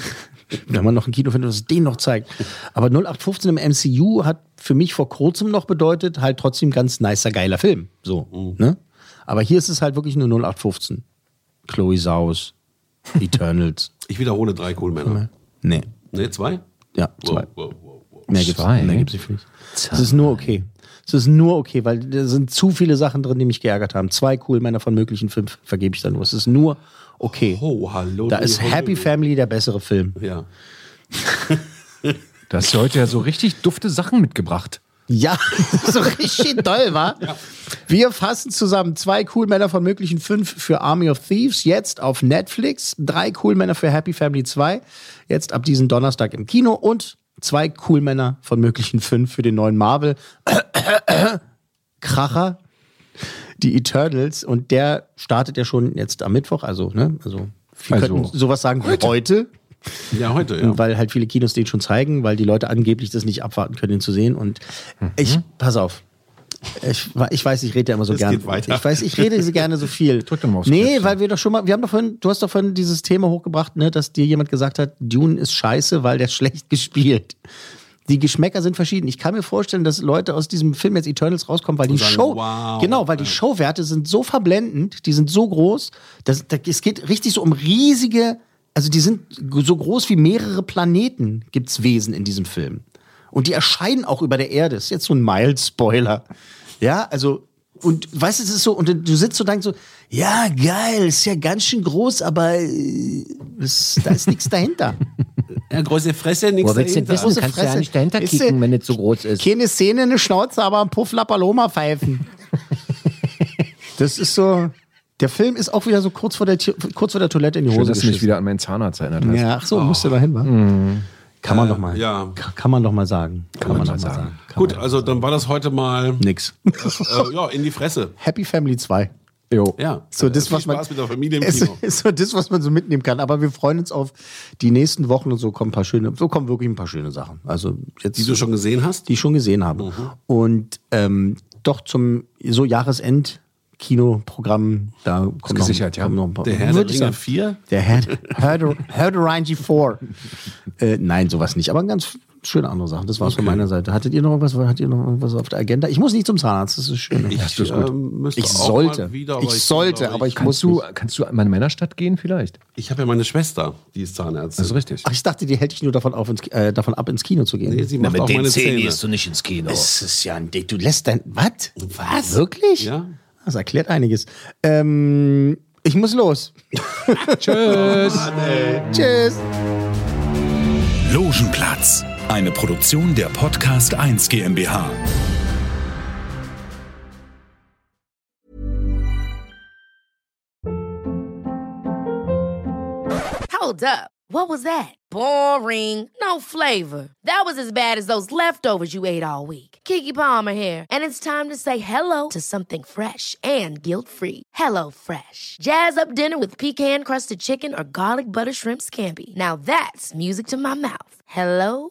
[SPEAKER 3] <laughs> wenn man noch ein Kino findet, das den noch zeigt. Aber 0815 im MCU hat für mich vor kurzem noch bedeutet, halt trotzdem ganz nicer, geiler Film. So, ne? Aber hier ist es halt wirklich nur 0815. Chloe Saus, Eternals.
[SPEAKER 2] Ich wiederhole drei Coolmänner.
[SPEAKER 3] Nee.
[SPEAKER 2] Ne, zwei?
[SPEAKER 3] Ja, zwei.
[SPEAKER 2] Wow, wow, wow.
[SPEAKER 3] Mehr gibt's,
[SPEAKER 2] Zwei?
[SPEAKER 3] mehr gibt's nicht für mich. Es ist nur okay. Es ist nur okay, weil da sind zu viele Sachen drin, die mich geärgert haben. Zwei cool Männer von möglichen fünf vergebe ich dann nur. Es ist nur okay.
[SPEAKER 2] Oh, hallo.
[SPEAKER 3] Da ist Happy Family der bessere Film.
[SPEAKER 2] Ja.
[SPEAKER 4] Da hast du heute ja so richtig dufte Sachen mitgebracht.
[SPEAKER 3] Ja, <laughs> so richtig toll, war. Wir fassen zusammen zwei Cool Männer von möglichen fünf für Army of Thieves, jetzt auf Netflix, drei Cool Männer für Happy Family 2, jetzt ab diesem Donnerstag im Kino und zwei Cool Männer von möglichen fünf für den neuen Marvel <coughs> Kracher, die Eternals und der startet ja schon jetzt am Mittwoch, also, ne, also, wir
[SPEAKER 2] Also,
[SPEAKER 3] könnten sowas sagen heute. heute.
[SPEAKER 2] Ja, heute, ja.
[SPEAKER 3] Weil halt viele Kinos den schon zeigen, weil die Leute angeblich das nicht abwarten können, den zu sehen. Und
[SPEAKER 2] Mhm.
[SPEAKER 3] ich, pass auf. Ich, wa- ich weiß, ich rede ja immer so
[SPEAKER 2] Es
[SPEAKER 3] gerne.
[SPEAKER 2] geht weiter.
[SPEAKER 3] Ich weiß, ich rede so gerne so
[SPEAKER 2] <laughs>
[SPEAKER 3] viel. Drück dann mal
[SPEAKER 2] aufs
[SPEAKER 3] Nee, weil wir doch schon mal, wir haben doch vorhin, du hast doch vorhin dieses Thema hochgebracht, ne, dass dir jemand gesagt hat, Dune ist scheiße, weil der <laughs> ist schlecht gespielt. Die Geschmäcker sind verschieden. Ich kann mir vorstellen, dass Leute aus diesem Film jetzt Eternals rauskommen, weil die
[SPEAKER 2] Und sagen,
[SPEAKER 3] Show,
[SPEAKER 2] wow.
[SPEAKER 3] genau, weil die Showwerte sind so verblendend, die sind so groß, dass, dass es geht richtig so um riesige, also die sind so groß wie mehrere Planeten gibt's Wesen in diesem Film und die erscheinen auch über der Erde. Ist jetzt so ein Mild-Spoiler, ja, also und weißt du, es ist so und du sitzt so und denkst so, ja geil, ist ja ganz schön groß, aber äh, es, da ist nichts dahinter.
[SPEAKER 2] Ja, große Fresse, nichts
[SPEAKER 16] Wo willst du denn wissen?
[SPEAKER 3] Große
[SPEAKER 16] Kannst du ja
[SPEAKER 3] Fresse.
[SPEAKER 16] nicht dahinter
[SPEAKER 3] Ist sie-
[SPEAKER 16] kicken, wenn es so groß ist.
[SPEAKER 3] Keine Szene, eine Schnauze, aber ein Puffler Paloma pfeifen. <laughs> das ist so. Der Film ist auch wieder so kurz vor der, Ti- kurz vor der Toilette in die
[SPEAKER 4] Schön,
[SPEAKER 3] Hose
[SPEAKER 4] dass du mich
[SPEAKER 3] geschissen.
[SPEAKER 4] wieder an meinen Zahnarzt erinnert hast.
[SPEAKER 3] Ja, ach so, musste da hin, wa? Kann man doch mal.
[SPEAKER 2] Ja.
[SPEAKER 3] Ka- Kann man doch mal sagen. Hm. Kann, man doch mal sagen.
[SPEAKER 2] Gut, also dann war das heute mal.
[SPEAKER 3] Nix.
[SPEAKER 2] Äh, ja, in die Fresse.
[SPEAKER 3] <laughs> Happy Family 2.
[SPEAKER 4] Jo.
[SPEAKER 2] Ja.
[SPEAKER 3] So, das,
[SPEAKER 2] viel
[SPEAKER 3] was man,
[SPEAKER 2] Spaß mit der Familie
[SPEAKER 3] <laughs>
[SPEAKER 2] im
[SPEAKER 3] es
[SPEAKER 2] Kino.
[SPEAKER 3] ist so das, was man so mitnehmen kann. Aber wir freuen uns auf die nächsten Wochen und so kommen ein paar schöne, so kommen wirklich ein paar schöne Sachen. Also jetzt,
[SPEAKER 2] Die du schon gesehen hast?
[SPEAKER 3] die ich schon gesehen habe.
[SPEAKER 2] Mhm.
[SPEAKER 3] Und ähm, doch zum so Jahresend Kinoprogramm, da kommt noch,
[SPEAKER 4] gesichert, ja.
[SPEAKER 3] kommen noch ein paar.
[SPEAKER 2] Der Herr der
[SPEAKER 3] Würde ich
[SPEAKER 2] Ringe
[SPEAKER 3] sagen.
[SPEAKER 2] 4?
[SPEAKER 3] Der Herr, Herr, der- Herr der Ringe
[SPEAKER 2] <laughs>
[SPEAKER 3] 4. Äh, nein, sowas nicht. Aber ganz schöne andere Sachen. Das war's von meiner Seite. Hattet ihr noch irgendwas? Hattet ihr noch irgendwas auf der Agenda? Ich muss nicht zum Zahnarzt. Das ist schön.
[SPEAKER 2] Ich, ähm, müsste
[SPEAKER 3] Ich
[SPEAKER 2] auch
[SPEAKER 3] sollte.
[SPEAKER 2] mal Wieder,
[SPEAKER 3] Ich sollte, aber ich muss
[SPEAKER 4] Kannst du, kannst du mal in meiner Stadt gehen vielleicht?
[SPEAKER 2] Ich habe ja meine Schwester, die ist Zahnärztin. Das
[SPEAKER 3] Also,
[SPEAKER 2] ist
[SPEAKER 4] richtig.
[SPEAKER 3] Ach, ich dachte, die hält dich nur davon, auf ins, äh, davon ab, ins Kino zu gehen.
[SPEAKER 2] Nee, sie macht auch meine Zähne.
[SPEAKER 16] du nicht ins Kino.
[SPEAKER 3] Es ist ja ein Dick. Du lässt dein. Was? Was? Wirklich?
[SPEAKER 2] Ja.
[SPEAKER 3] Das erklärt einiges. Ähm, ich muss los.
[SPEAKER 4] Tschüss.
[SPEAKER 3] Tschüss.
[SPEAKER 1] Logenplatz, eine Produktion der Podcast 1 GmbH.
[SPEAKER 17] Hold up. What was that? Boring. No flavor. That was as bad as those leftovers you ate all week. Kiki Palmer here, and it's time to say hello to something fresh and guilt-free. Hello Fresh. Jazz up dinner with pecan-crusted chicken or garlic butter shrimp scampi. Now that's music to my mouth. Hello